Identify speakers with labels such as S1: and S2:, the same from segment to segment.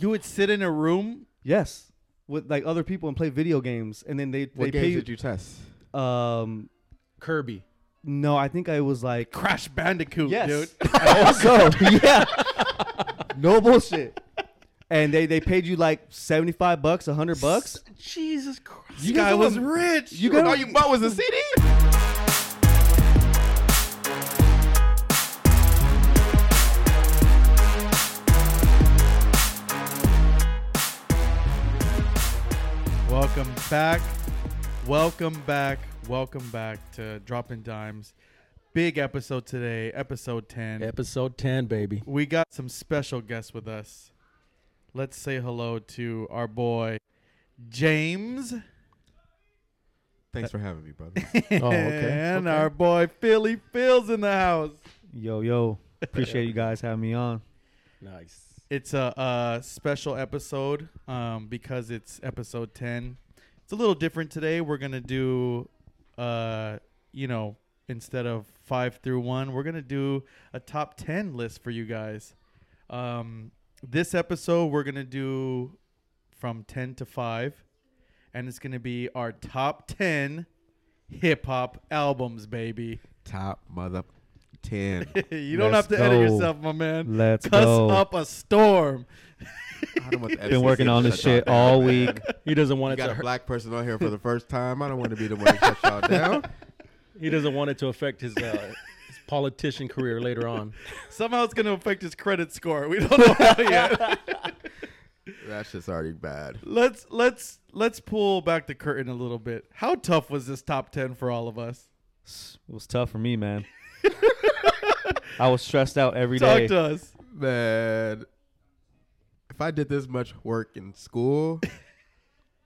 S1: You would sit in a room.
S2: Yes, with like other people and play video games, and then they they
S3: What
S2: pay
S3: games
S2: you.
S3: did you test?
S2: um,
S1: Kirby,
S2: no, I think I was like
S1: Crash Bandicoot,
S2: yes.
S1: dude.
S2: also, yeah, no bullshit. And they they paid you like seventy five bucks, hundred bucks.
S1: Jesus Christ.
S2: You
S1: This
S2: guys
S1: guy
S2: don't-
S1: was rich.
S2: You got
S3: all you bought was a CD.
S1: Welcome back. Welcome back. Welcome back to Dropping Dimes. Big episode today, episode 10.
S4: Episode 10, baby.
S1: We got some special guests with us. Let's say hello to our boy, James.
S3: Thanks for having me, brother.
S4: Oh, okay.
S1: And
S4: Okay.
S1: our boy, Philly Phil's in the house.
S2: yo yo. Appreciate you guys having me on.
S4: Nice.
S1: It's a, uh special episode um, because it's episode 10. It's a little different today. We're going to do, uh, you know, instead of five through one, we're going to do a top 10 list for you guys. Um, this episode, we're going to do from 10 to 5, and it's going to be our top 10 hip hop albums, baby.
S3: Top mother ten.
S1: you don't
S2: Let's
S1: have to edit
S2: go.
S1: yourself, my man.
S2: Let's
S1: Cuss
S2: go.
S1: up a storm.
S3: I don't want the
S2: Been working
S3: FCC to
S2: on this
S3: shut y'all
S2: shit
S3: down,
S2: all
S3: man.
S2: week.
S4: He doesn't want
S3: You
S4: it
S3: got
S4: to
S3: a
S4: hurt.
S3: black person on here for the first time. I don't want to be the one to shut y'all down.
S4: He doesn't want it to affect his uh, his politician career later on.
S1: Somehow it's going to affect his credit score. We don't know how yet.
S3: That shit's already bad.
S1: let's let's let's pull back the curtain a little bit. How tough was this top ten for all of us?
S2: It was tough for me, man. I was stressed out every
S1: Talk
S2: day.
S1: to us.
S3: Man, if I did this much work in school,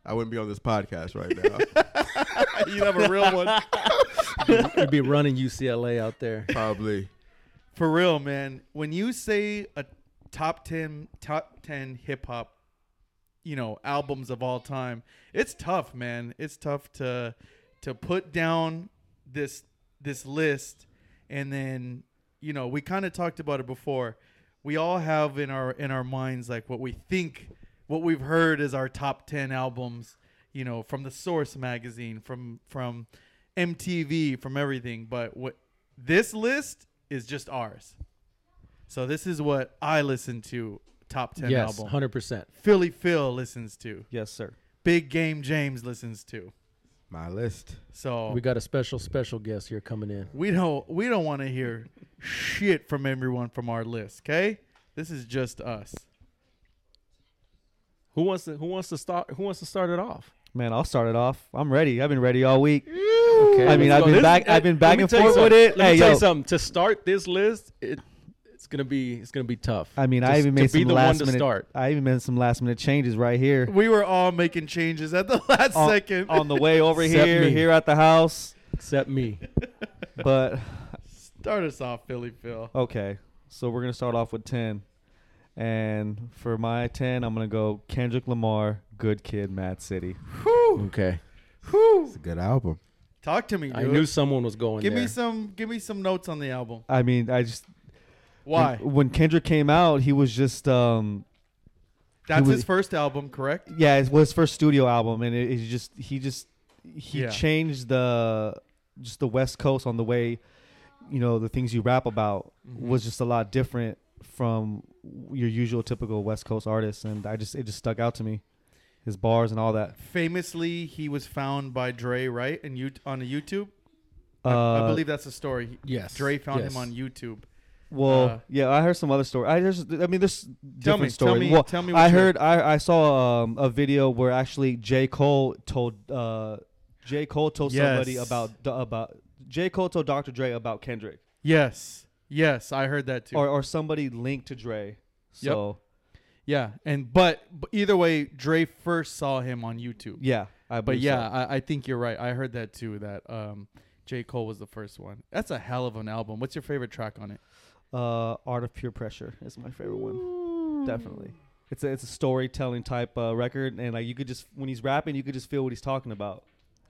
S3: I wouldn't be on this podcast right now.
S1: You have a real one
S4: He'd be running UCLA out there.
S3: Probably.
S1: for real, man. When you say a top ten top ten hip hop, you know albums of all time, it's tough, man. It's tough to to put down this this list and then you know we kind of talked about it before we all have in our in our minds like what we think what we've heard is our top 10 albums you know from the source magazine from from mtv from everything but what this list is just ours so this is what i listen to top 10
S4: Yes,
S1: album
S4: 100%.
S1: philly phil listens to
S2: Yes, sir.
S1: big game james listens to
S3: My list.
S1: so
S4: We got a special, special guest here coming in.
S1: we don't we don't want to hear shit from everyone from our list, okay? This is just us.
S4: Who wants to who wants to start who wants to start it off?
S2: Man, I'll start it off. I'm ready. I've been ready all week.
S4: Okay,
S2: I mean,
S4: let's
S2: I've
S4: go.
S2: been
S4: This-
S2: back- I've
S4: hey,
S2: been back
S4: let me
S2: and
S4: tell you
S2: forth with
S4: something.
S2: it.
S4: Let
S2: Hey,
S4: me tell
S2: yo.
S4: you something. To start this list, it it's gonna be it's gonna be tough.
S2: I mean,
S4: to,
S2: I even made
S4: to be
S2: some
S4: the
S2: last
S4: one to
S2: minute.
S4: start.
S2: I even made some last minute changes right here.
S1: We were all making changes at the last
S2: on,
S1: second.
S2: on the way over
S4: Except
S2: here,
S4: me.
S2: here at the house.
S4: Except me.
S2: But
S1: Start us off, Philly Phil.
S2: okay, so we're gonna start off with ten, and for my ten, I'm gonna go Kendrick Lamar, Good Kid, Mad City.
S4: Okay.
S3: It's a good album.
S1: Talk to me, dude.
S4: I knew someone was going
S1: give
S4: there.
S1: me some give me some notes on the album.
S2: I mean, I just
S1: Why?
S2: when, when Kendrick came out, he was just um
S1: That's
S2: was-
S1: his first album, correct?
S2: yeah, it was his first studio album, and it, it's just he just he
S1: Yeah.
S2: changed the just the West Coast on the way, you know, the things you rap about
S1: Mm-hmm.
S2: was just a lot different from your usual typical West Coast artist, and I just it just stuck out to me, his bars and all that.
S1: Famously, he was found by Dre, right? And you on a YouTube.
S2: Uh,
S1: I, I believe that's the story.
S4: Yes,
S1: Dre found
S4: yes.
S1: him on YouTube.
S2: Well,
S1: uh,
S2: yeah, I heard some other story. I just I mean, there's
S1: Tell
S2: different
S1: me,
S2: story.
S1: tell me,
S2: well,
S1: tell me. What
S2: I
S1: you
S2: heard I, I saw um, a video where actually J Cole told uh, J Cole told somebody
S1: Yes.
S2: about about J Cole told Dr. Dre about Kendrick
S1: Yes, yes, I heard that too.
S2: or or somebody linked to Dre. So
S1: Yeah, and but, but either way, Dre first saw him on YouTube.
S2: yeah, I
S1: but
S2: believe
S1: yeah,
S2: so.
S1: I, I think you're right. I heard that too. That um, J Cole was the first one. That's a hell of an album. What's your favorite track on it?
S2: uh, Art of Pure Pressure is my favorite one, definitely. It's a it's a storytelling type uh, record, and like you could just when he's rapping, you could just feel what he's talking about.
S1: Uh,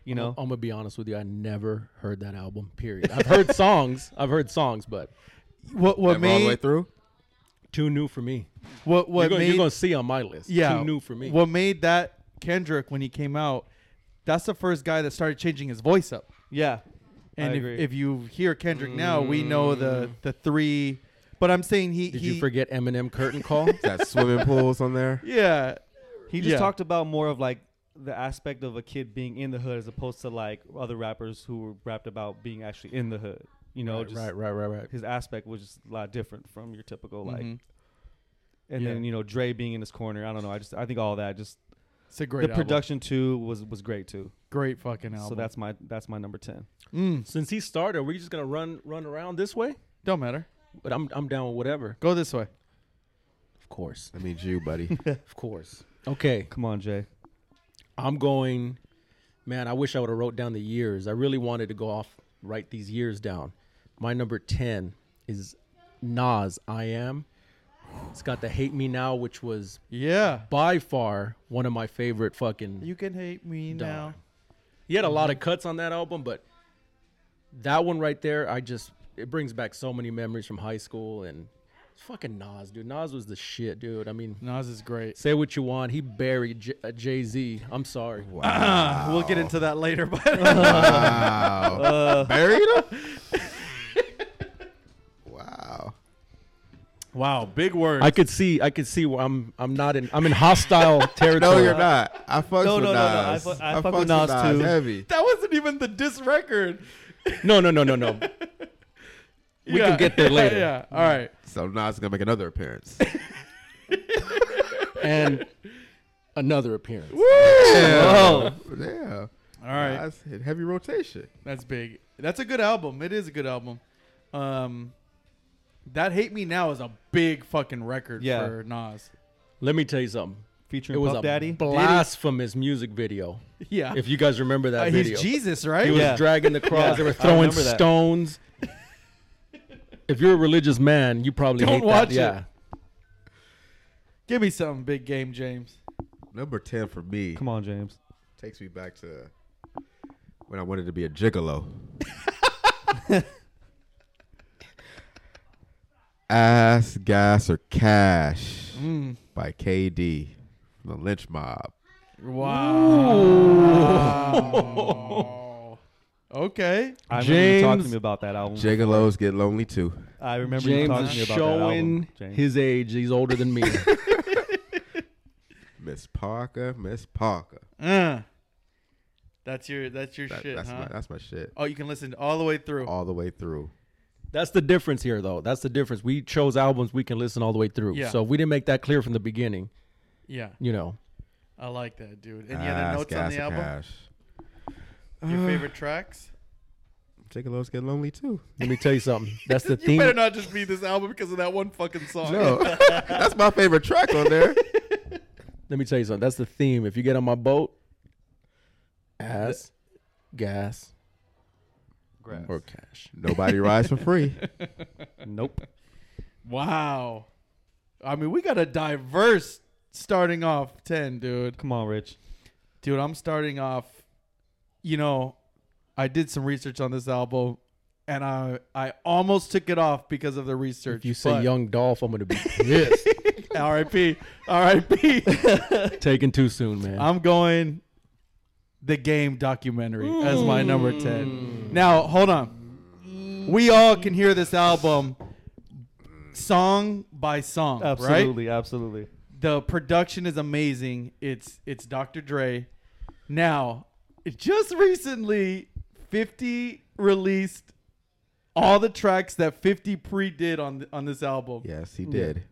S2: You know,
S4: I'm, gonna be honest with you. I never heard that album. Period. I've heard songs. I've heard songs, but
S1: What what
S3: Am I all the way
S1: made
S3: through?
S4: Too new for me.
S1: What what
S4: you're, gonna,
S1: made
S4: you're gonna see on my list.
S1: yeah
S4: Too new for me.
S1: What made that Kendrick when he came out? That's the first guy that started changing his voice up.
S2: Yeah,
S1: And
S2: I
S1: if,
S2: agree.
S1: if you hear Kendrick now, we know the the three. But I'm saying he
S4: Mm. Did
S1: he
S4: you forget Eminem curtain call?
S3: Got swimming pools on there.
S1: yeah
S2: He just
S1: Yeah.
S2: talked about more of like the aspect of a kid being in the hood as opposed to like other rappers who rapped about being actually in the hood. You know,
S4: right,
S2: just
S4: right, right, right, right.
S2: his aspect was just a lot different from your typical like.
S4: Mm-hmm.
S1: Mhm.
S2: And
S4: Yeah.
S2: then you know Dre being in his corner. I don't know. I just I think all that just
S1: It's a great
S2: the
S1: album.
S2: production too was was great too.
S1: Great fucking album.
S2: So that's my that's my number ten.
S1: mm,
S4: Since he started, we're just gonna run run around this way.
S1: don't matter.
S4: But I'm I'm down with whatever.
S1: Go this way.
S4: Of course,
S3: That means you, buddy.
S4: of course. Okay,
S2: Come on, Jay.
S4: I'm going. Man, I wish I would have wrote down the years. I really wanted to go off write these years down. My number ten is Nas. I am. It's got the "Hate Me Now," which was
S1: Yeah.
S4: by far one of my favorite fucking.
S1: You can hate me
S4: Dog.
S1: now.
S4: He had a lot of cuts on that album, but that one right there, I just it brings back so many memories from high school and fucking Nas, dude. Nas was the shit, dude. I mean,
S1: Nas is great.
S4: say what you want, he buried J- uh, Jay Z. I'm sorry.
S1: we'll get into that later, but
S3: Wow.
S2: Uh.
S3: Buried him? wow.
S1: wow, big word.
S4: I could see, I could see where I'm. I'm not in. I'm in hostile territory.
S3: No, you're not. I fucks
S2: No,
S3: with
S2: no, no, no. I
S3: Nas.
S2: fu- I fuck with
S3: fucks
S2: Nas, too.
S3: Heavy.
S1: that wasn't even the diss record.
S4: no, no, no, no, no. We
S1: Yeah.
S4: can get there
S1: Yeah,
S4: later.
S1: yeah. All right.
S3: So Nas is gonna make another appearance.
S4: And another appearance.
S3: Yeah. Yeah.
S1: All right.
S3: Nas hit heavy rotation.
S1: That's big. That's a good album. It is a good album. Um, that "Hate Me Now" is a big fucking record
S2: Yeah.
S1: for Nas.
S4: Let me tell you something. It
S2: Featuring
S4: was
S2: Puff
S4: a
S2: Daddy.
S4: blasphemous music video.
S1: Yeah,
S4: If you guys remember that
S1: Uh,
S4: video,
S1: he's Jesus, right?
S4: He was
S2: Yeah.
S4: dragging the cross.
S2: Yeah,
S4: They were
S2: I
S4: throwing
S2: remember that.
S4: stones. if you're a religious man, you probably
S1: Don't
S4: hate
S1: watch
S4: that.
S1: it.
S4: Yeah.
S1: Give me something big game, James.
S3: Number ten for me
S2: Come on, James.
S3: takes me back to when I wanted to be a gigolo. Ass, gas, or cash
S1: Mm.
S3: by KD from the Lynch Mob.
S1: Wow. okay.
S2: I remember you talking to
S4: James-
S2: me about that album.
S3: Gigolos get lonely too.
S2: I remember you
S4: James
S2: talking
S4: is
S2: to me about that
S4: showing
S2: album. James.
S4: his age. He's older than me.
S3: Miss Parker, Miss Parker.
S1: Uh, that's your that's your
S3: That-
S1: shit,
S3: that's
S1: huh?
S3: my that's my shit.
S1: oh, you can listen all the way through.
S3: All the way through.
S4: That's the difference here, though. That's the difference. We chose albums we can listen all the way through.
S1: Yeah.
S4: So if we didn't make that clear from the beginning,
S1: Yeah,
S4: you know.
S1: I like that, dude. Any
S4: Ah,
S1: other notes on the
S3: or
S1: album?
S3: cash.
S1: Your favorite tracks?
S3: Gigolos get lonely too.
S4: Let me tell you something. That's the
S1: You better
S4: theme.
S1: not just be this album because of that one fucking song.
S3: No, that's my favorite track on there.
S4: Let me tell you something. That's the theme. If you get on my boat, ass, gas, or cash.
S3: Nobody rides for free.
S2: Nope.
S1: Wow. I mean, we got a diverse starting off 10, dude.
S2: Come on, Rich.
S1: Dude, I'm starting off, you know, I did some research on this album and I I almost took it off because of the research.
S4: If you say
S1: but-
S4: Young Dolph, I'm gonna be pissed.
S1: RIP. RIP.
S4: Taken too soon, man.
S1: I'm going the game documentary as my number
S2: Mm.
S1: 10. Now, hold on. We all can hear this album song by song, right?
S2: Absolutely, absolutely.
S1: the production is amazing. It's it's Dr. Dre. Now, just recently, 50 released all the tracks that 50 pre did on th- on this album.
S3: Yes, he did.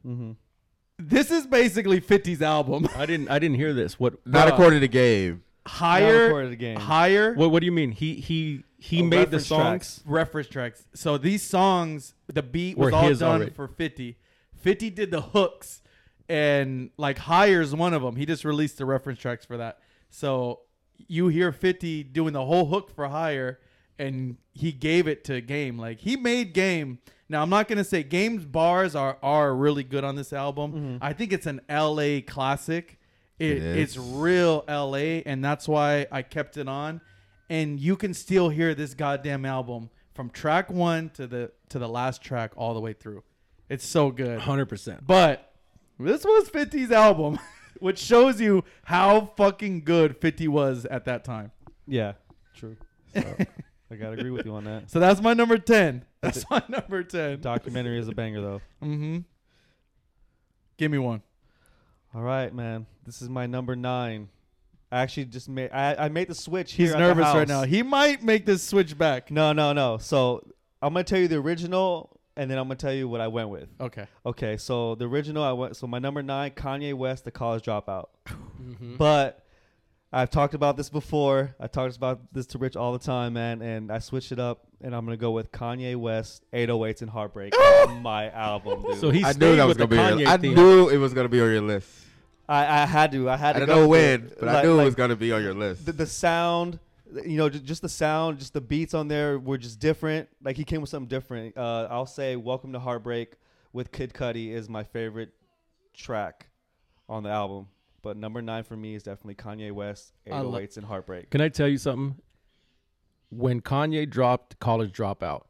S1: This is basically 50's album.
S4: I didn't. I didn't hear this. What?
S3: Not
S1: Bruh.
S3: according to Gabe.
S1: higher,
S2: recorded again.
S1: higher
S4: What? What do you mean? He he he
S2: Oh,
S4: made the
S2: reference
S4: songs.
S2: tracks.
S1: reference tracks. So these songs, the beat was
S4: Were
S1: all
S4: his
S1: done
S4: already.
S1: for 50. 50 did the hooks and like hires one of them. He just released the reference tracks for that. So you hear 50 doing the whole hook for hire and he gave it to game. Like he made game. Now I'm not going to say game's bars are are really good on this album. I think it's an LA classic. It,
S3: It
S1: it's
S3: is.
S1: real LA, and that's why I kept it on. And you can still hear this goddamn album from track one to the to the last track all the way through. It's so good.
S4: Hundred percent.
S1: But this was 50's album, which shows you how fucking good 50 was at that time.
S2: Yeah, true. So, I gotta agree with you on that.
S1: So that's my number 10. That's my number 10.
S2: Documentary is a banger though.
S1: Mm-hmm. Give me one.
S2: All right, man. This is my number nine. I actually just made I, I made the switch.
S1: He's
S2: here at the
S1: nervous right
S2: house.
S1: now. He might make this switch back.
S2: No, no, no. So I'm gonna tell you the original, and then I'm gonna tell you what I went with.
S1: Okay.
S2: Okay, so the original I went. So my number nine, Kanye West, the college dropout. But I've talked about this before. I talked about this to Rich all the time, man. And I switched it up, and I'm gonna go with Kanye West, 808s and Heartbreak, my album. Dude.
S4: So he
S3: I
S4: stayed
S3: knew that was
S4: with the
S3: gonna be. On
S4: Kanye
S3: your, I
S4: theme.
S3: knew it was gonna be on your list.
S2: I, I had to. I had
S3: I
S2: to.
S3: don't
S2: go
S3: know
S2: with
S3: when,
S2: it.
S3: but I
S2: Like-
S3: knew it
S2: like,
S3: was gonna be on your list.
S2: the, the sound you know ju- just the sound just the beats on there were just different like he came with something different uh, i'll say welcome to heartbreak with kid cudi is my favorite track on the album but number nine for me is definitely kanye west
S4: I lo-
S2: 808s and heartbreak
S4: Can I tell you something? When Kanye dropped College Dropout,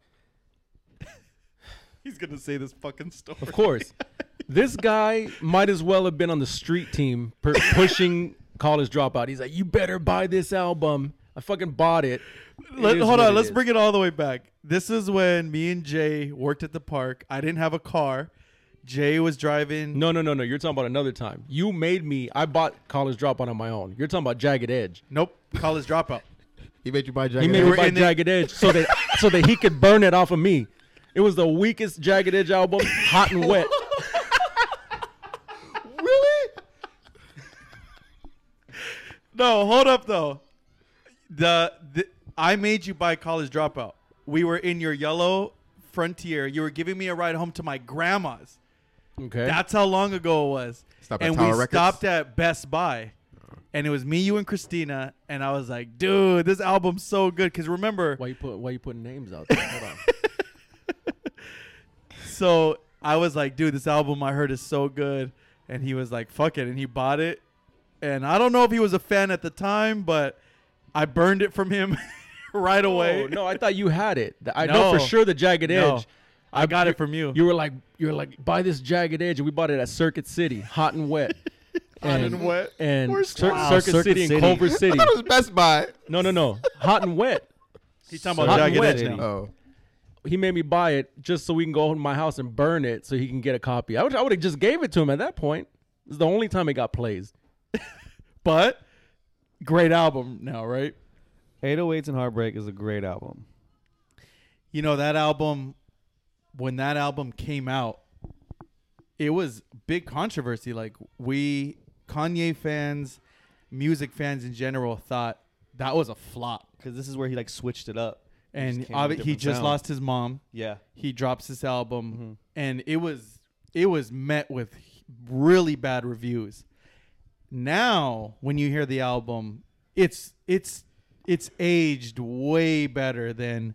S1: He's gonna say this fucking story.
S4: of course, this guy might as well have been on the street team per- pushing College Dropout. He's like, "You better buy this album." I fucking bought it. It
S1: Let,
S4: is
S1: hold
S4: what
S1: on.
S4: it
S1: Let's
S4: is.
S1: bring it all the way back. This is when me and Jay worked at the park. I didn't have a car. Jay was driving.
S4: No, no, no, no. You're talking about another time. You made me. I bought College Dropout on my own. You're talking about Jagged Edge.
S1: Nope. College dropout.
S3: he made you buy
S4: He
S3: Jagged
S4: made
S1: we
S4: me
S1: were
S3: Edge.
S4: buy
S1: in the-
S4: Jagged Edge so that so that he could burn it off of me. It was the weakest Jagged Edge album, hot and wet.
S1: really? no, hold up though. The, the I made you buy college dropout. We were in your yellow frontier. You were giving me a ride home to my grandma's.
S4: Okay.
S1: That's how long ago it was.
S3: Stop at
S1: and we
S3: Tower Records?
S1: stopped at Best Buy. And it was me, you, and Christina. And I was like, dude, this album's so good. Because remember,
S4: why you put why you putting names out there? Hold on.
S1: so I was like, dude, this album I heard is so good. And he was like, fuck it. And he bought it. And I don't know if he was a fan at the time, but I burned it from him right away.
S4: Oh, no, I thought you had it. The- I know for
S1: No.
S4: sure the Jagged
S1: No.
S4: Edge.
S1: I got it from you.
S4: You were like you were like buy this Jagged Edge and we bought it at Circuit City, hot and wet.
S1: Hot and wet.
S4: And
S1: We're
S4: Cir-
S1: wow,
S4: Circuit,
S2: Circuit
S4: City,
S2: City.
S4: and Culver
S3: I
S4: City.
S3: thought it was Best Buy.
S4: No, no, no. Hot and wet.
S1: He's talking about
S4: Hot
S1: Jagged
S4: and
S1: Edge
S4: wet.
S1: now.
S3: Oh,
S4: He made me buy it just so we can go to my house and burn it so he can get a copy. I would I would have just gave it to him at that point. It's the only time it got plays.
S1: But great album now, right?
S2: 808s and heartbreak is a great album
S1: You know that album when that album came out, it was big controversy. Like we Kanye fans, music fans in general thought that was a flop.
S2: because this is where he like switched it up
S1: And
S2: came with
S1: obvi-
S2: a
S1: he
S2: different
S1: just
S2: sound.
S1: lost his mom.
S2: yeah
S1: He drops this album
S2: Mm-hmm.
S1: and it was it was met with really bad reviews. Now, when you hear the album, it's it's it's aged way better than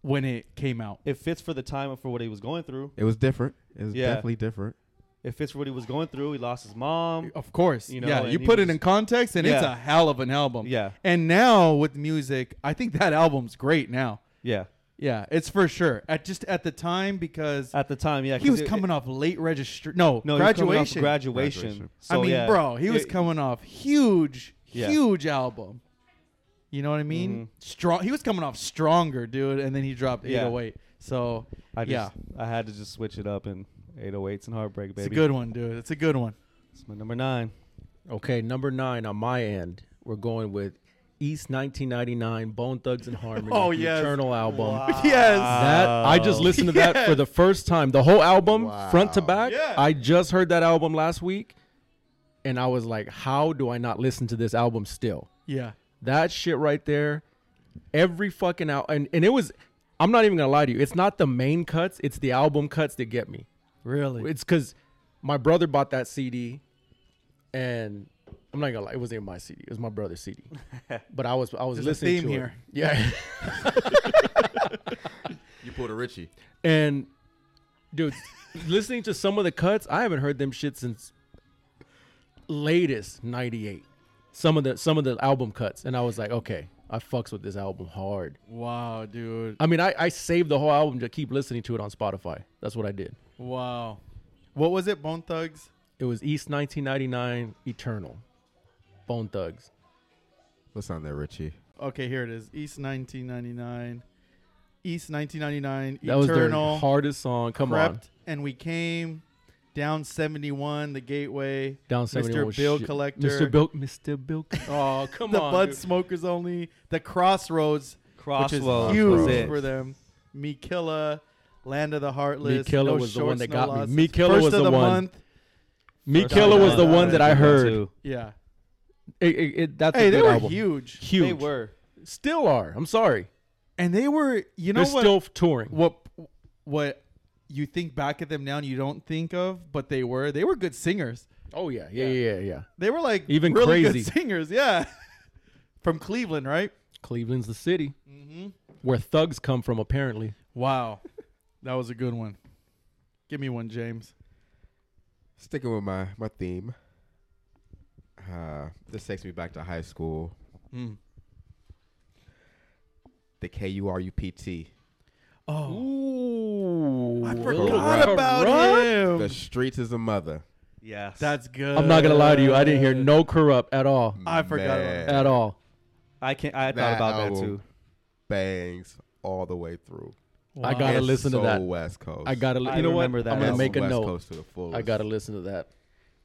S1: when it came out.
S2: it fits for the time and for what he was going through
S3: it was different. It was
S2: Yeah.
S3: definitely different.
S2: it fits for what he was going through he lost his mom
S1: Of course,
S2: You know,
S1: yeah.
S2: and
S1: You
S2: he
S1: put
S2: was
S1: it in
S2: just-
S1: context, and it's
S2: Yeah.
S1: a hell of an album.
S2: Yeah.
S1: And now with music, I think that album's great now.
S2: yeah
S1: Yeah, it's for sure. At just at the time because
S2: at the time yeah
S1: he
S2: 'cause
S1: was
S2: it-
S1: coming off late registration. No,
S2: no, he was coming off
S1: graduation.
S2: graduation.
S3: Graduation.
S1: I
S2: So,
S1: mean,
S2: yeah.
S1: bro, he was
S2: Yeah,
S1: coming off huge,
S2: Yeah. Mm-hmm.
S1: huge album. You know what I mean? Strong. He was coming off stronger, dude, and then he dropped
S2: Yeah.
S1: 808. So
S2: I just,
S1: yeah,
S2: I had to just switch it up and 808s and heartbreak,
S1: it's
S2: baby.
S1: a good one, dude. It's a good one.
S2: It's my number nine.
S4: Okay, number nine on my end, we're going with East 1999, Bone Thugs and Harmony,
S1: Oh,
S4: the
S1: yes.
S4: Eternal album.
S1: Yes.
S4: That
S2: Uh,
S4: I just listened to that for the first time. The whole album, front to
S3: Wow.
S4: back.
S1: Yeah.
S4: I just heard that album last week, and I was like, "How do I not listen to this album still?"
S1: yeah.
S4: That shit right there, every fucking out, and and it was. I'm not even gonna lie to you. It's not the main cuts; it's the album cuts that get me.
S1: Really?
S4: It's because my brother bought that CD, and I'm not gonna lie, it wasn't even my CD. It was my brother's CD. But I was I was
S1: There's a
S4: listening
S1: theme
S4: to
S1: here.
S4: it. Yeah,
S3: You pulled a Richie.
S4: and dude, listening to some of the cuts, I haven't heard them shit since latest '98. Some of the some of the album cuts, and I was like, okay, I fucks with this album hard.
S1: Wow, dude.
S4: I mean, I, I saved the whole album to keep listening to it on Spotify. That's what I did.
S1: Wow. What was it? Bone Thugs.
S4: It was East 1999 Eternal, Bone Thugs.
S3: What's on there, Richie?
S1: Okay, here it is. East 1999. East 1999.
S4: That was their
S1: Eternal.
S4: hardest song. Come on,
S1: crept and we came down 71 the gateway
S4: down 71 was
S1: mr bill
S4: shit.
S1: collector
S4: Mr. Bill, Mr. Bill. Oh, come
S1: the
S4: on,
S1: bud
S4: dude.
S1: smokers only the crossroads
S2: Crossroads.
S1: which is
S2: was
S1: huge
S2: it.
S1: for them Mikilla, land of the heartless
S4: Mikilla
S1: no
S4: was the one
S1: Shorts,
S4: that
S1: No
S4: got me.
S1: Losses,
S4: Mikilla
S1: First
S4: was
S1: of
S4: the one.
S1: month
S4: Me
S2: First
S4: Killer
S2: time
S4: was the
S2: I
S4: one that I
S2: listened to
S4: heard.
S2: too.
S1: yeah
S4: It- it- it- that's
S1: hey
S4: a
S1: they
S4: good
S1: were
S4: album.
S1: huge
S4: Huge.
S2: They were.
S4: Still are. I'm sorry.
S1: and they were you know
S4: They're
S1: what
S4: still touring.
S1: what what you think back at them now and you don't think of but they were they were good singers
S4: oh yeah, yeah, yeah, yeah, yeah.
S1: they were like
S4: Even
S1: really good
S4: crazy.
S1: singers yeah from cleveland right
S4: Cleveland's the city where thugs come from, apparently.
S1: Wow. That was a good one. Give me one, James.
S3: Sticking with my my theme. Uh, this takes me back to high school.
S1: Mm.
S3: The K U R U P T.
S1: Oh.
S4: Ooh,
S1: I
S3: Corrupt.
S1: forgot about
S3: The
S1: him.
S3: streets is a mother.
S2: Yes.
S1: That's good.
S4: I'm not gonna lie to you. I didn't hear no corrupt at all,
S1: I forgot about
S3: Man,
S4: at all.
S2: I can I
S3: That
S2: thought about
S3: album.
S2: that too.
S3: Bangs all the way through.
S1: Wow.
S4: I gotta
S3: It's
S4: listen to
S3: so
S4: that.
S3: West Coast.
S4: I gotta.
S2: I
S4: You know what?
S2: remember that
S4: I'm gonna
S2: album.
S4: make a
S3: West
S4: note.
S3: Coast to the fullest.
S4: I gotta listen to that.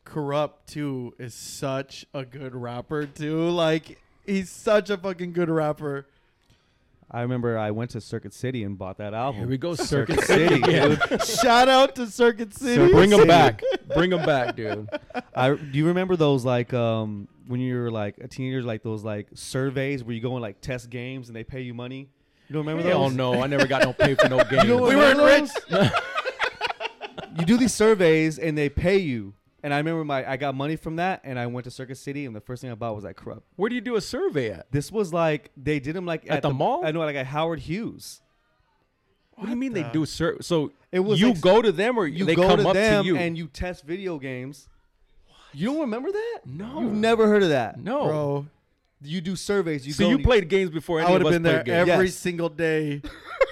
S1: Corrupt too is such a good rapper too. Like he's such a fucking good rapper.
S2: I remember I went to Circuit City and bought that album.
S4: Here we go, Circuit
S2: Oh. Circuit
S4: City.
S2: City,
S4: again.
S2: dude.
S1: Shout out to Circuit City.
S4: Bring them back. Bring them back, dude.
S2: I do you remember those like um when you were like a teenager, like those like surveys where you go and like test games and they pay you money. You don't remember
S4: Hell
S2: those?
S4: no, I never got no pay for no game.
S1: We weren't rich.
S2: You do these surveys and they pay you. And I remember my I got money from that and I went to Circuit City and the first thing I bought was that corrupt.
S4: Where do you do a survey at?
S2: This was like they did them like
S4: At the mall?
S2: I know like at Howard Hughes.
S4: What, do you mean they
S1: the-
S4: do sur- so?
S2: It was
S4: you
S2: like-
S4: go to them or
S2: You
S4: they
S2: go
S4: come
S2: to
S4: up
S2: them
S4: to you
S2: and you test video games. You don't remember that?
S4: No.
S2: You've never heard of that.
S4: no.
S1: Bro,
S2: You do surveys. You
S4: so
S2: go
S4: you
S2: and
S4: played games before any
S1: I would
S4: of
S1: have
S4: us
S1: been there
S4: played games.
S1: every
S2: Yes.
S1: single day.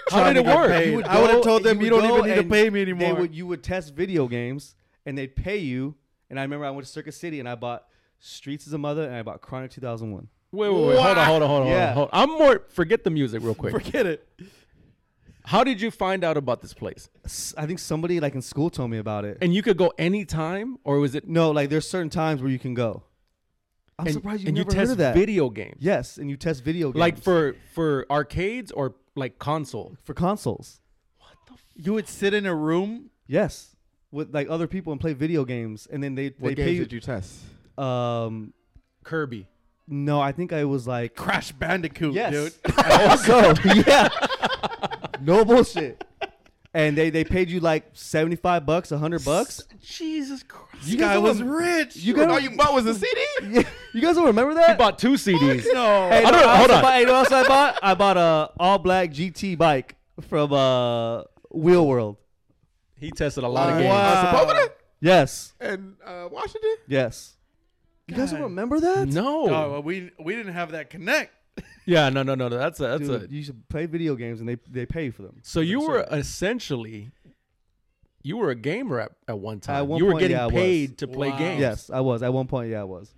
S4: How
S1: trying
S4: did it
S1: to get
S4: work?
S1: paid.
S2: You would
S1: I would have
S2: go
S1: told them
S2: and
S1: you,
S2: would
S1: don't even
S2: go
S1: need to
S2: and
S1: pay me
S2: They
S1: anymore.
S2: would you would test video games and they'd pay you. And I remember I went to Circuit City and I bought Streets as a Mother and I bought Chronic 2001.
S4: Wait, wait, wait. Hold on, hold on, hold on,
S2: Yeah.
S4: hold on. I'm more. Forget the music, real quick.
S1: Forget it.
S4: How did you find out about this place?
S2: S- I think somebody like in school told me about it.
S4: And you could go anytime, or was it?
S2: no, like there's certain times where you can go. I'm
S4: and,
S2: surprised you
S4: and
S2: never
S4: you test
S2: heard of that.
S4: video games,
S2: Yes, and you test video games
S4: like for for arcades or like console.
S2: for consoles.
S1: You would sit in a room
S2: Yes, with like other people and play video games, and then they
S3: What
S2: they
S3: games
S2: pay
S3: did you test?
S2: you. Um,
S4: Kirby.
S2: no, I think I was like
S1: Crash Bandicoot,
S2: Yes.
S1: dude.
S2: also, yeah. No bullshit. And they, they paid you like 75 bucks, 100 bucks.
S4: Jesus Christ.
S1: This
S2: You guys
S1: guy
S2: don't
S1: was
S2: rem-
S1: rich.
S2: You guys,
S3: All you bought was a CD.
S2: yeah, you guys don't remember that?
S4: I bought two CDs.
S1: no.
S2: Hey,
S4: I
S2: no,
S4: don't-
S2: I
S4: hold
S2: also
S4: on.
S2: bought- hey, you know what else I bought? I bought a all black GT bike from uh, Wheel World.
S4: He tested a lot of
S1: Wow.
S4: games.
S1: Wow.
S3: Uh, Sepulveda
S2: Yes,
S3: and uh, Washington.
S2: yes. You guys don't
S1: God.
S2: remember that?
S4: No.
S1: Oh, well, we we didn't have that connect.
S4: yeah, no, no, no, no. That's a that's
S2: Dude,
S4: a.
S2: you should play video games and they, they pay for them.
S4: So you were essentially, you were a game rep at one time.
S2: one
S4: you were
S2: point,
S4: getting
S2: yeah, I was.
S4: paid to play
S1: Wow.
S4: games.
S2: Yes, I was. At one point, yeah, I was.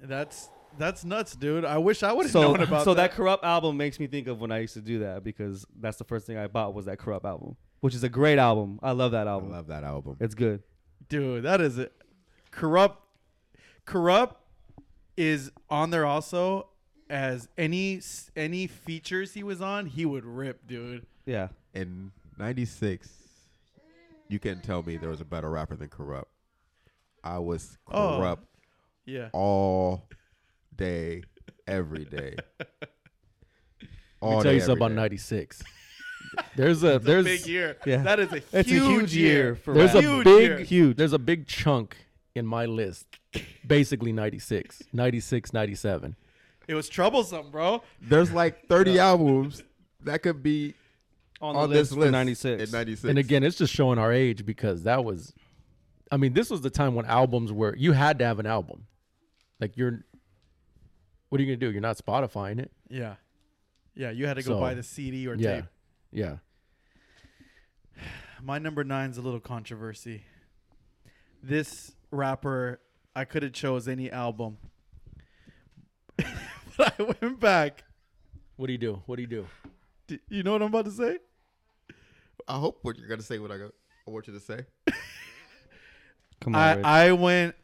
S1: That's that's nuts, dude. I wish I would have
S2: so,
S1: known about
S2: so that.
S1: that.
S2: corrupt album makes me think of when I used to do that because that's the first thing I bought was that corrupt album, which is a great album. I love that
S3: I
S2: album.
S3: love that album.
S2: It's good.
S1: dude. That is it. Corrupt, corrupt is on there also as any s- any features he was on. He would rip, dude.
S2: Yeah.
S3: In '96, you can tell me there was a better rapper than Corrupt. I was
S1: Oh.
S3: corrupt
S1: Yeah,
S3: all day, every day.
S4: Let me
S3: All
S4: tell you
S3: day,
S4: something
S3: every
S4: about
S3: day.
S4: '96. There's a there's
S1: big year.
S2: yeah.
S1: that is a huge,
S2: It's a huge year, for
S4: there's
S2: rap.
S1: Huge
S4: a big
S1: year.
S4: huge there's a big chunk in my list. Basically 96, 96, 97.
S1: It was troublesome, bro.
S3: There's like 30 albums that could be
S2: on,
S3: on,
S2: the
S3: this
S2: for
S3: list.
S2: '96.
S3: In 96.
S4: And again, it's just showing our age because that was I mean, this was the time when albums were you had to have an album. Like you're what are you going to do? You're not Spotifying it.
S1: Yeah, yeah. You had to go
S4: So,
S1: buy the CD or
S4: yeah.
S1: tape.
S4: Yeah.
S1: my number nine's a little controversy. This rapper, I could have chose any album, but I went back.
S4: What do you do? What do you do?
S1: D- You know what I'm about to say?
S3: I hope what you're gonna say what I, go- I want you to say.
S2: Come on, Rich.
S1: I, I went,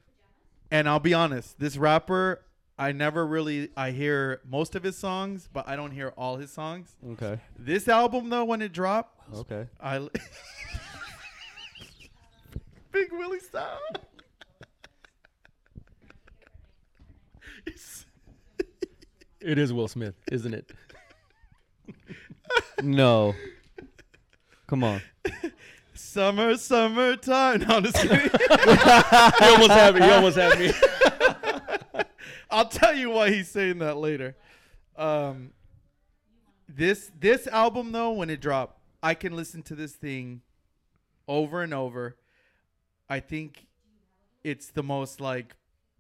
S1: and I'll be honest. This rapper, I never really I hear most of his songs, but I don't hear all his songs.
S2: okay,
S1: This album though, when it dropped,
S2: okay.
S1: I l- Big Willie style. It's-
S4: It is Will Smith, isn't it?
S2: No, come on.
S1: Summer, summertime. No, I'm just kidding.
S4: You almost had me. You almost had me.
S1: I'll tell you why he's saying that later. Um, this this album though, when it dropped, I can listen to this thing over and over. I think it's the most like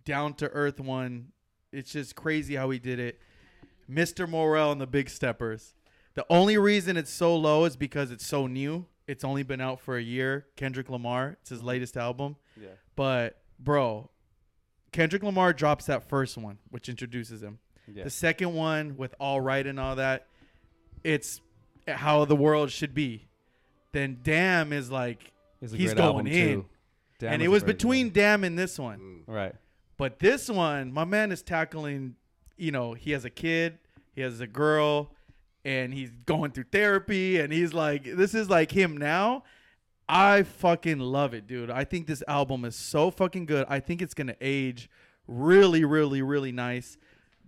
S1: down to earth one. It's just crazy how he did it. Mr. Morel and the Big Steppers. The only reason it's so low is because it's so new. It's only been out for a year. Kendrick Lamar, it's his latest album.
S2: Yeah.
S1: But bro, Kendrick Lamar drops that first one, which introduces him.
S2: Yeah.
S1: The second one with All Right and all that, it's how the world should be. Then Damn is like
S2: It's
S1: he's going in,
S2: Damn,
S1: and
S2: it's
S1: it
S2: a
S1: was
S2: great
S1: between Damn and this one.
S2: album. Right.
S1: But this one, my man is tackling, you know, he has a kid, he has a girl, and he's going through therapy, and he's like, this is like him now. I fucking love it, dude. I think this album is so fucking good. I think it's gonna age really, really, really nice.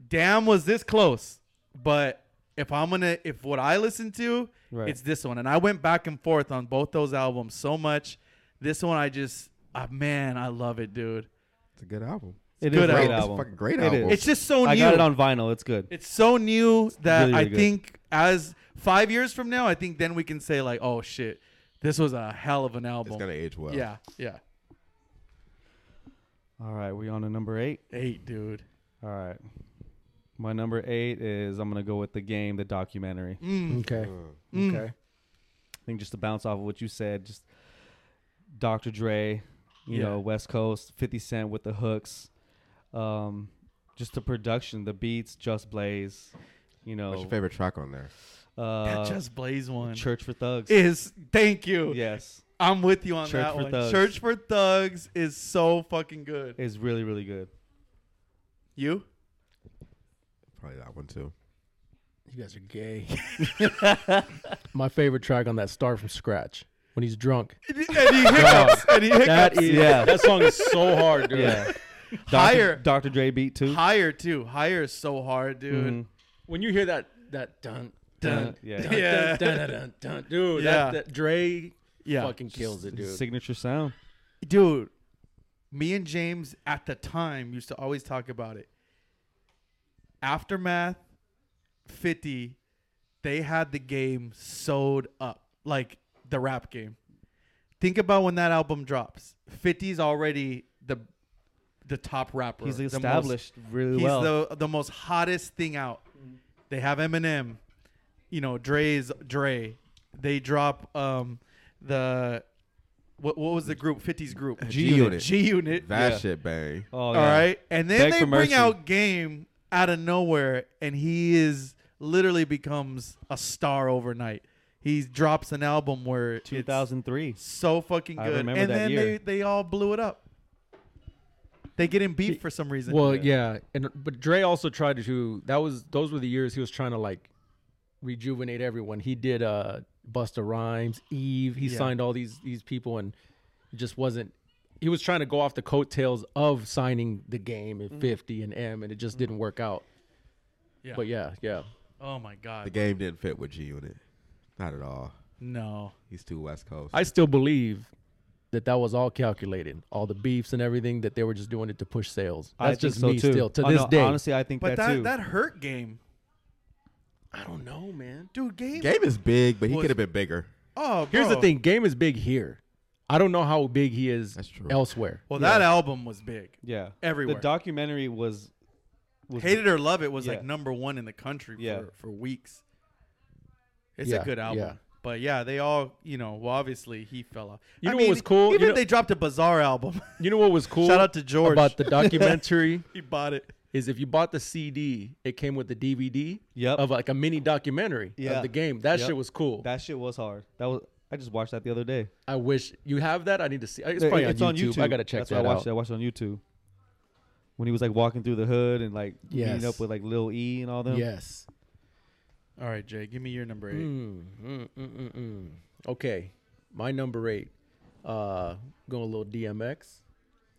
S1: Damn was this close. But if I'm gonna if what I listen to,
S2: Right.
S1: it's this one. And I went back and forth on both those albums so much. This one I just ah, man, I love it, dude.
S3: It's a good album.
S2: It
S1: good
S2: is
S1: album.
S2: a
S1: It's
S2: great
S1: a
S2: album.
S3: fucking great
S2: It
S3: album.
S2: is.
S1: It's just so new.
S2: I got it on vinyl. It's good.
S1: It's so new that
S2: really, really
S1: I
S2: good.
S1: think as five years from now, I think then we can say like, oh shit, this was a hell of an album.
S3: It's gonna age well.
S1: yeah, yeah.
S2: All right, we on to number eight.
S1: Eight, dude.
S2: All right, my number eight is I'm gonna go with the game, the documentary.
S1: Mm.
S4: Okay.
S3: Mm.
S1: Mm.
S4: Okay.
S2: I think just to bounce off of what you said, just Dr. Dre, you
S1: Yeah.
S2: know, West Coast, 50 Cent with the hooks, um, just the production, the beats, Just Blaze, you know,
S3: What's
S4: Oh.
S3: your favorite track on there?
S2: uh,
S1: that just blaze one
S2: Church for Thugs.
S1: is. Thank you.
S2: yes,
S1: I'm with you on
S2: Church
S1: that
S2: for
S1: one.
S2: Thugs.
S1: Church for Thugs is so fucking good.
S2: it's really really good.
S1: You?
S3: Probably that one too.
S4: You guys are gay. My favorite track on that "Start from Scratch" when he's drunk.
S1: And he hiccups. and he hiccups.
S4: That is
S2: Yeah.
S4: that song is so hard, dude.
S2: Yeah,
S1: Higher.
S2: Dr. Dre beat too.
S1: Higher too. Higher is so hard, dude.
S2: Mhm.
S4: When you hear that that dun dun
S2: Uh, yeah.
S4: dun,
S1: Yeah.
S4: dun, dun, dun, dun, dude,
S1: Yeah.
S4: that, that Dre
S1: Yeah.
S4: fucking kills it, dude.
S2: Signature sound.
S1: dude me and james at the time used to always talk about it aftermath 50 they had the game sewed up like the rap game think about when that album drops 50's already the the top rapper
S2: He's
S1: the most-
S2: established really
S1: he's
S2: well.
S1: the the most hottest thing out they have eminem you know dre's dre they drop um the what, what was the group 50's group
S3: G-Unit.
S1: G Unit.
S3: That
S2: Yeah.
S3: shit bang.
S2: oh,
S1: All
S2: yeah.
S1: right. And then
S2: Beg
S1: they
S2: for
S1: bring
S2: mercy.
S1: out Game out of nowhere, and he is literally becomes a star overnight. He drops an album where it's
S2: 2003.
S1: so fucking
S2: I
S1: good.
S2: remember
S1: and
S2: that
S1: then
S2: year.
S1: They, they all blew it up. They get in beef for some reason.
S4: Well, yeah, and but Dre also tried to. That was those were the years he was trying to like rejuvenate everyone. He did uh Busta Rhymes, Eve. He
S1: Yeah.
S4: signed all these these people, and it just wasn't. He was trying to go off the coattails of signing the game at fifty and M, and it just didn't work out.
S1: Mm-hmm. Yeah.
S4: But yeah, yeah,
S1: oh my
S3: The
S1: God.
S3: game didn't fit with G Unit. Not at all.
S1: No.
S3: He's too West Coast.
S4: I still believe that that was all calculated, all the beefs and everything that they were just doing it to push sales.
S2: I
S4: That's
S2: think
S4: just
S2: so
S4: me
S2: too.
S4: still to
S2: Oh,
S4: this
S2: no,
S4: day.
S2: Honestly, I think
S1: But
S2: that,
S1: that,
S2: too.
S1: that hurt Game.
S4: I don't know, man.
S1: Dude, Game.
S3: game is big, but he
S1: Was-
S3: could have been bigger.
S1: Oh,
S4: Here's the
S1: bro.
S4: thing: Game is big here. I don't know how big he is
S3: That's true.
S4: elsewhere.
S1: Well, that album was big.
S2: yeah,
S1: Everywhere.
S2: The documentary was was
S1: Hated or Love It was
S2: Yeah.
S1: like number one in the country
S2: Yeah.
S1: for, for weeks. It's
S4: Yeah,
S1: a good album.
S4: yeah.
S1: But yeah, they all, you know, well, obviously he fell off.
S4: You
S1: I
S4: know what
S1: mean,
S4: was cool? You
S1: Even
S4: know-
S1: they dropped a Bizarre album.
S4: You know what was cool?
S1: Shout out to George.
S4: about the documentary.
S1: he bought it.
S4: is if you bought the CD, it came with the DVD
S2: Yep.
S4: of like a mini documentary
S2: Yeah.
S4: of the game. That
S2: Yep.
S4: shit was cool.
S2: That shit was hard. That was. I just watched that the other day.
S4: I wish you have that. I need to see. It's probably
S2: It's
S4: on, YouTube. I gotta check
S2: That's
S4: that
S2: why I watched It.
S4: out.
S2: I watched it on YouTube. When he was like walking through the hood and like meeting
S4: Yes.
S2: up with like Lil E and all them.
S4: Yes.
S1: All right, Jay, give me your number eight.
S4: Mm, mm, mm, mm, mm. Okay, my number eight. Uh, going a little DMX,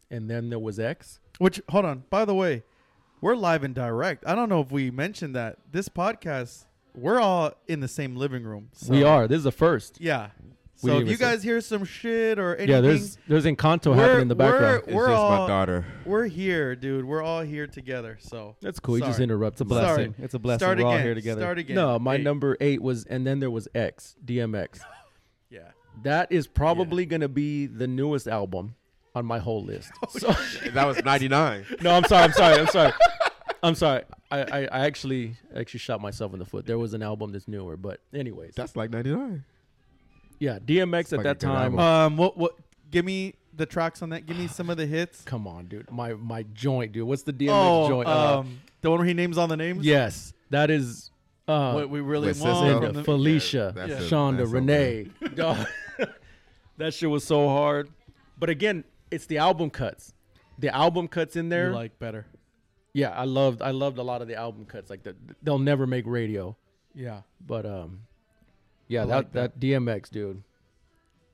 S4: and then there was X.
S1: Which hold on, by the way, we're live and direct. I don't know if we mentioned that this podcast we're all in the same living room. So,
S4: We are. This is the first.
S1: yeah. So
S4: We didn't
S1: if
S4: even
S1: you
S4: say-
S1: guys hear some shit or anything,
S4: Yeah, there's there's Encanto
S1: we're,
S4: happening in the background.
S1: We're,
S3: It's
S1: we're
S3: just
S1: all
S3: my daughter.
S1: We're here, dude. We're all here together. So
S4: That's cool. You just
S1: Sorry.
S4: interrupted.
S2: It's a
S4: me.
S2: blessing. It's a blessing.
S1: start
S2: We're
S1: again.
S2: all here together.
S1: Start again.
S4: No, my
S1: Eight.
S4: number eight was, and then there was X DMX.
S1: Yeah.
S4: That is probably gonna be the newest album on my whole list. So-
S3: That was 99.
S4: no, I'm sorry, I'm sorry, I'm sorry, I'm sorry. I, I, I actually actually shot myself in the foot. There was an album that's newer, but anyways,
S3: That's like 99.
S4: yeah, DMX at
S3: like
S4: that
S3: a good
S4: time.
S3: album.
S1: Um. What? What? Give me the tracks on that. Give me some of the hits.
S4: come on, dude, my my joint, dude. What's the DMX
S1: Oh,
S4: joint? Uh,
S1: um, the one where he names all the names.
S4: yes, that is. Uh,
S1: What we really
S3: With
S1: want.
S3: Cisco.
S1: From the,
S3: Fu-
S4: Felicia,
S3: Yeah, that's a-
S4: Shonda,
S3: that's so
S4: Renee. Dog. that shit was so hard. But again, it's the album cuts. The album cuts in
S1: you
S4: there.
S1: like better.
S4: yeah, I loved I loved a lot of the album cuts. Like the, they'll never make radio.
S1: Yeah,
S4: But um yeah,
S1: I
S4: that,
S1: like
S4: that DMX dude.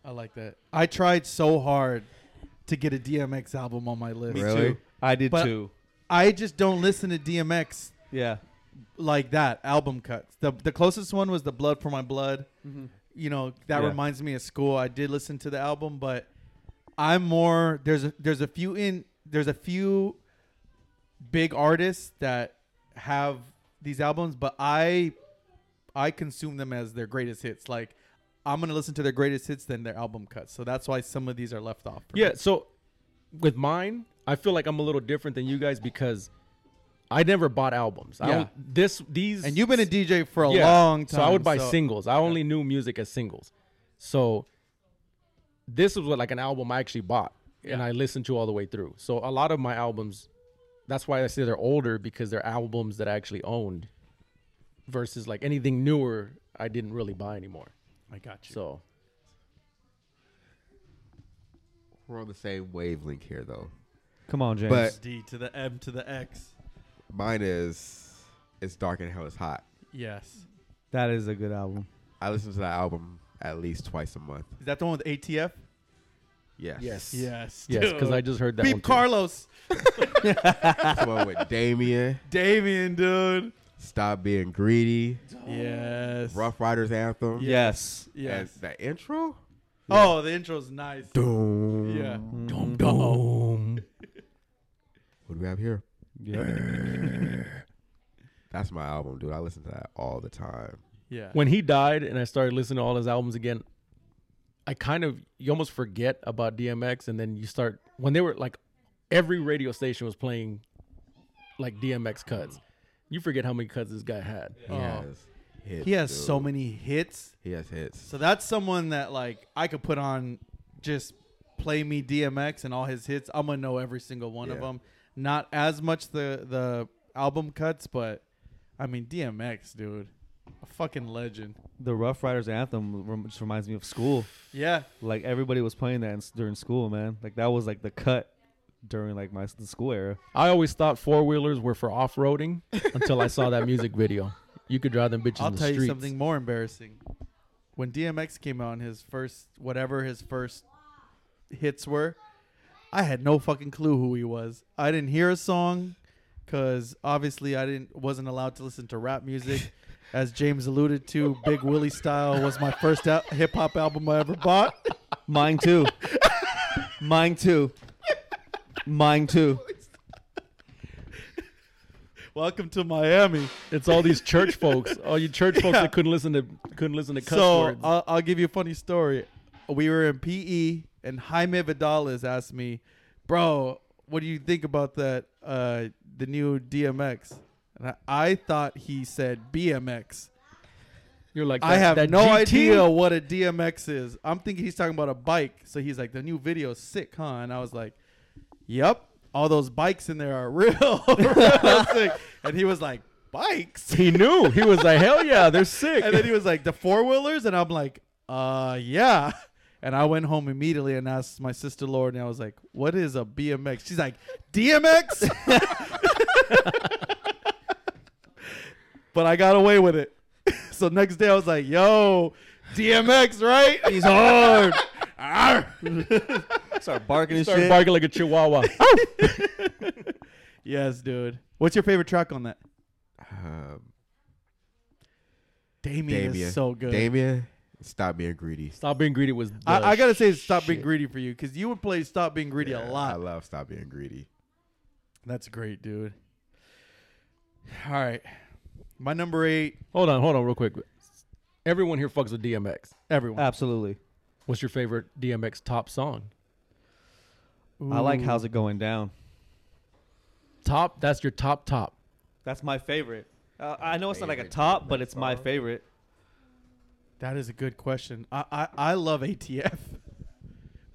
S1: I like that. I tried so hard to get a DMX album on my list.
S3: Me Really? too.
S2: I did
S1: But-
S2: too.
S1: I just don't listen to DMX
S2: Yeah.
S1: like that. Album cuts. The the closest one was the Blood for My Blood.
S4: Mm-hmm.
S1: You know that
S2: Yeah.
S1: reminds me of school. I did listen to the album, but I'm more there's a, there's a few in there's a few big artists that have these albums, but I I consume them as their greatest hits. Like I'm gonna listen to their greatest hits than their album cuts. So that's why some of these are left off. for me.
S4: Yeah, so with mine, I feel like I'm a little different than you guys because I never bought albums. I
S1: Yeah.
S4: don't, this these
S1: And you've been a DJ for a
S4: Yeah.
S1: long time.
S4: So I would buy singles. I only knew music as singles. So this was what like an album I actually bought and I listened to all the way through. So a lot of my albums, that's why I say they're older because they're albums that I actually owned versus like anything newer I didn't really buy anymore.
S1: I got you.
S4: So
S3: We're on the same wavelength here, though.
S2: Come on, James.
S3: But-
S1: D to the M to the X.
S3: Mine is It's Dark and Hell is Hot.
S1: Yes.
S2: that is a good album.
S3: I listen to that album at least twice a month.
S1: Is that the one with ATF?
S3: Yes.
S4: Yes.
S1: Yes.
S4: yes, because I just heard that one.
S1: beep
S4: too.
S1: Carlos,
S3: That's the one with Damien.
S1: Damien, dude.
S3: Stop being greedy.
S1: Yes.
S3: Rough Riders anthem.
S1: Yeah.
S2: Yes.
S3: And
S1: Yes.
S3: that intro.
S1: Oh, the intro's nice.
S3: Doom.
S1: Yeah.
S4: Dum, dum.
S3: What do we have here?
S2: Yeah.
S3: That's my album, dude. I listen to that all the time.
S1: Yeah.
S4: when he died and I started listening to all his albums again, I kind of you almost forget about DMX and then you start when they were like every radio station was playing like DMX cuts. You forget how many cuts this guy had.
S3: He
S1: Oh.
S3: has hits.
S1: he has
S3: dude.
S1: so many hits.
S3: He has hits.
S1: So that's someone that like I could put on just play me DMX and all his hits. I'm gonna know every single one of
S3: Yeah.
S1: them. Not as much the the album cuts, but I mean DMX, dude, a fucking legend.
S2: the Rough Riders anthem rem- just reminds me of school.
S1: Yeah.
S2: Like everybody was playing that in, s- during school, man. Like that was like the cut during like my s- the school era.
S4: I always thought four wheelers were for off roading until I saw that music video. You could drive them bitches
S1: I'll
S4: in the
S1: tell
S4: streets.
S1: you something more embarrassing. When DMX came out, and his first whatever his first hits were, I had no fucking clue who he was. I didn't hear a song because obviously I didn't wasn't allowed to listen to rap music. As James alluded to, Big Willie Style was my first al- hip hop album I ever bought.
S2: Mine too. Mine too. Mine too.
S1: Welcome to Miami.
S4: It's all these church folks, all you church folks that couldn't listen to couldn't listen to cuss
S1: so uh,
S4: words.
S1: I'll, I'll give you a funny story. We were in PE, and Jaime Vidales asked me, "Bro, what do you think about that uh, the new DMX?" And I, I thought he said BMX,
S4: You're like,
S1: I
S4: that-
S1: have
S4: that
S1: no
S4: GT?
S1: idea what a DMX is. I'm thinking he's talking about a bike. So he's like, the new video's sick, huh? And I was like, yep, all those bikes in there are real. real sick. And he was like, bikes?
S4: He knew. He was like, hell yeah, they're sick.
S1: And then he was like, the four wheelers? And I'm like, uh, yeah. And I went home immediately and asked my sister Lauren, and I was like, what is a BMX? She's like, DMX? but I got away with it. so next day I was like, yo, DMX, right?
S3: Uh,
S4: He's hard.
S1: Arr.
S2: Start barking and
S4: Started
S2: shit.
S4: barking like a chihuahua.
S1: yes, dude. What's your favorite track on that?
S3: Um,
S1: Damien,
S3: Damien.
S1: is so good.
S3: Damien, stop being greedy.
S4: Stop being greedy was. the
S1: I, I gotta say, stop being
S4: shit.
S1: greedy for you, because you would play "Stop Being Greedy"
S3: Yeah,
S1: a lot.
S3: I love stop being greedy.
S1: That's great, dude. All right. My number eight,
S4: Hold on, hold on, real quick. Everyone here fucks with DMX.
S3: Uh,
S1: everyone.
S2: Absolutely.
S4: What's your favorite DMX top song?
S2: I like
S1: Ooh.
S2: how's it going down.
S4: Top. That's your top top.
S2: That's my favorite. Uh, I know it's not like a top, but it's my favorite.
S1: That is a good question. I, I, I love ATF.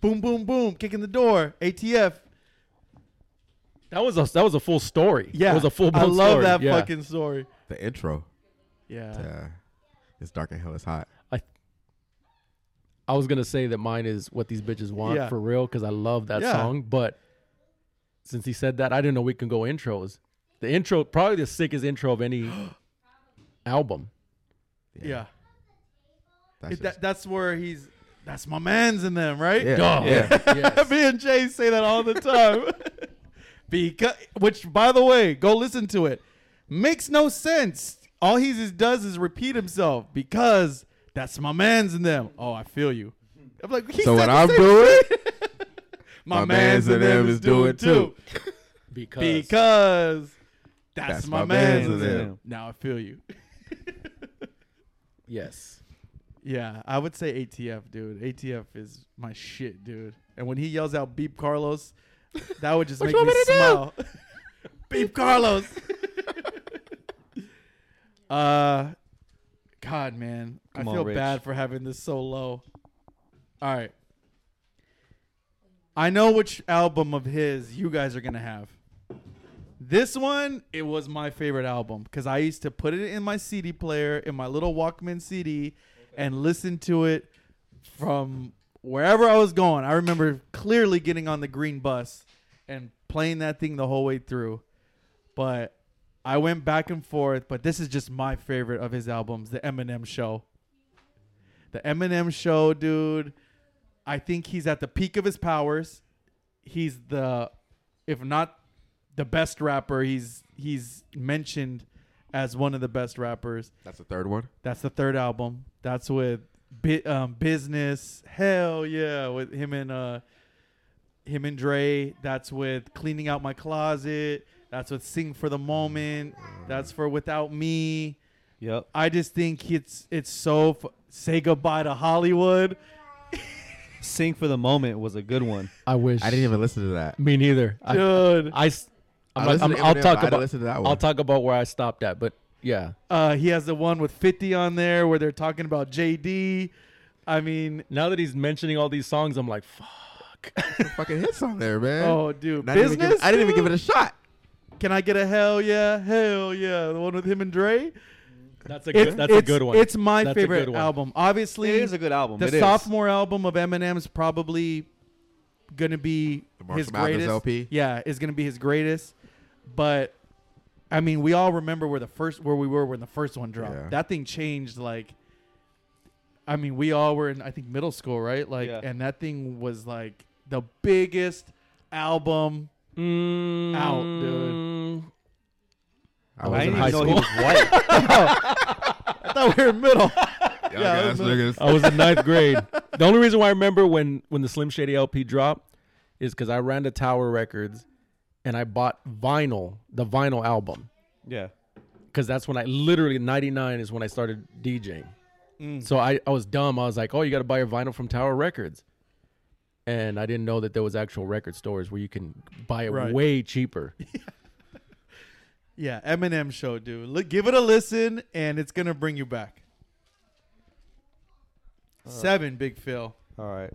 S1: boom, boom, boom. Kicking the door. ATF.
S4: That was a that was a full story.
S1: Yeah.
S4: it was a full.
S1: I love
S4: story.
S1: that
S4: Yeah.
S1: fucking story.
S3: The intro.
S1: Yeah.
S3: Yeah. It's dark and hell is hot.
S4: I I was gonna say that mine is what these bitches want
S1: Yeah.
S4: for real because I love that
S1: Yeah.
S4: song, but since he said that, I didn't know we can go intros. The intro, probably the sickest intro of any album.
S1: Yeah.
S3: That's
S1: It-
S3: just-
S1: that, that's where he's. That's my man's in them, right?
S3: yeah.
S4: Duh.
S3: yeah.
S4: Yes.
S1: Me and Jay say that all the time. because, which, by the way, go listen to it. Makes no sense. All he just does is repeat himself because that's my man's in them. Oh, I feel you. I'm like, he
S3: So
S1: said
S3: what
S1: the
S3: I'm
S1: same
S3: doing,
S1: shit. my, man's in them is doing too.
S4: because,
S1: Because that's,
S3: That's
S1: my,
S3: my
S1: man's,
S3: man's
S1: in
S3: in
S1: them.
S2: them.
S1: Now I feel you.
S4: yes,
S1: Yeah, I would say ATF, dude. ATF is my shit, dude. And when he yells out "Beep Carlos," that would just
S4: What
S1: make
S4: you
S1: me
S4: want me to
S1: smile. Beep Carlos. uh, God, man,
S2: Come
S1: I
S2: on,
S1: feel
S2: Rich.
S1: bad for having this so low. All right, I know which album of his you guys are gonna have. This one, it was my favorite album because I used to put it in my CD player, in my little Walkman CD, and listen to it from wherever I was going. I remember clearly getting on the green bus and playing that thing the whole way through. But I went back and forth, but this is just my favorite of his albums, The Eminem Show. The Eminem Show, dude. I think he's at the peak of his powers. He's the, if not the best rapper, he's he's mentioned as one of the best rappers.
S3: That's the third one.
S1: That's the third album. That's with bi- um, business. Hell yeah, with him and uh, him and Dre. That's with cleaning out my closet. That's with sing for the moment. That's for without me.
S2: Yep.
S1: I just think it's it's so f- say goodbye to Hollywood.
S2: Sing for the moment was a good one.
S4: I wish
S3: I didn't even listen to that.
S4: Me neither. I,
S1: Dude,
S4: I, s- I'm
S3: I
S4: not-
S3: listened
S4: I'm-
S3: to Eminem,
S4: I'll
S3: but I
S4: talk
S3: didn't
S4: about.
S3: listen to that one.
S4: I'll talk about where I stopped at, but yeah,
S1: uh, he has the one with 50 on there where they're talking about JD. I mean,
S4: now that he's mentioning all these songs, I'm like, fuck.
S3: fucking hits on there, man.
S1: oh, dude,
S3: And I didn't
S1: business.
S3: even give- I didn't even
S1: dude?
S3: give it a shot.
S1: Can I get a hell yeah, hell yeah? The one with him and Dre.
S4: That's a good.
S1: It-
S4: that's
S1: it's,
S4: a good one.
S1: It's my
S4: That's a good
S1: favorite
S4: one.
S1: album. Obviously,
S2: It is a good album.
S1: The
S2: It is.
S1: sophomore album of Eminem is probably gonna be
S3: The Marshall
S1: his
S3: Mathers
S1: greatest.
S3: LP.
S1: Yeah, is gonna be his greatest. But I mean, we all remember where the first where we were when the first one dropped.
S3: Yeah.
S1: That thing changed like. I mean, we all were in I think middle school, right? Like,
S2: Yeah.
S1: and that thing was like the biggest album.
S4: Mm.
S1: Out, dude. Oh,
S3: I
S4: was
S2: I
S4: in
S2: didn't
S4: high
S2: even know he
S4: school.
S2: was white.
S1: I thought we were in middle.
S3: Young
S1: yeah, I Oh.
S3: ass
S1: remember.
S3: niggas.
S4: I was in ninth grade. The only reason why I remember when when the Slim Shady LP dropped is because I ran to Tower Records and I bought vinyl, the vinyl album,
S2: yeah.
S4: because that's when I literally '99 is when I started DJing.
S1: Mm.
S4: So I I was dumb. I was like, oh, you got to buy your vinyl from Tower Records, and I didn't know that there was actual record stores where you can buy it
S1: Right.
S4: way cheaper.
S1: Yeah, Eminem show, dude. Look, give it a listen, and it's gonna bring you back. Seven, Big Phil.
S2: All right.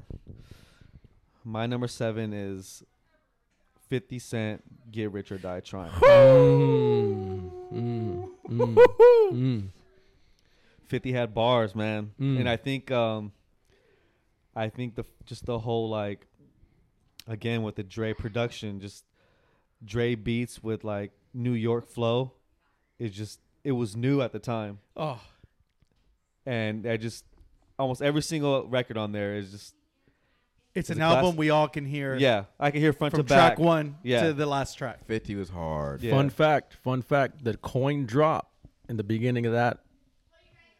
S2: My number seven is 50 Cent, Get Rich or Die Trying.
S4: Mm, mm, mm.
S2: 50 had bars, man.
S4: Mm.
S2: And I think um I think the just the whole like again with the Dre production, just Dre beats with like New York flow is just it was new at the time.
S1: Oh,
S2: And I just almost every single record on there is just
S1: it's,
S2: It's
S1: an
S2: a
S1: album
S2: classic.
S1: we all can hear.
S2: yeah, I can hear front
S1: from
S2: to back.
S1: track one
S2: Yeah.
S1: to the last track.
S3: 50 was hard.
S2: Yeah.
S4: Fun fact, fun fact, the coin drop in the beginning of that.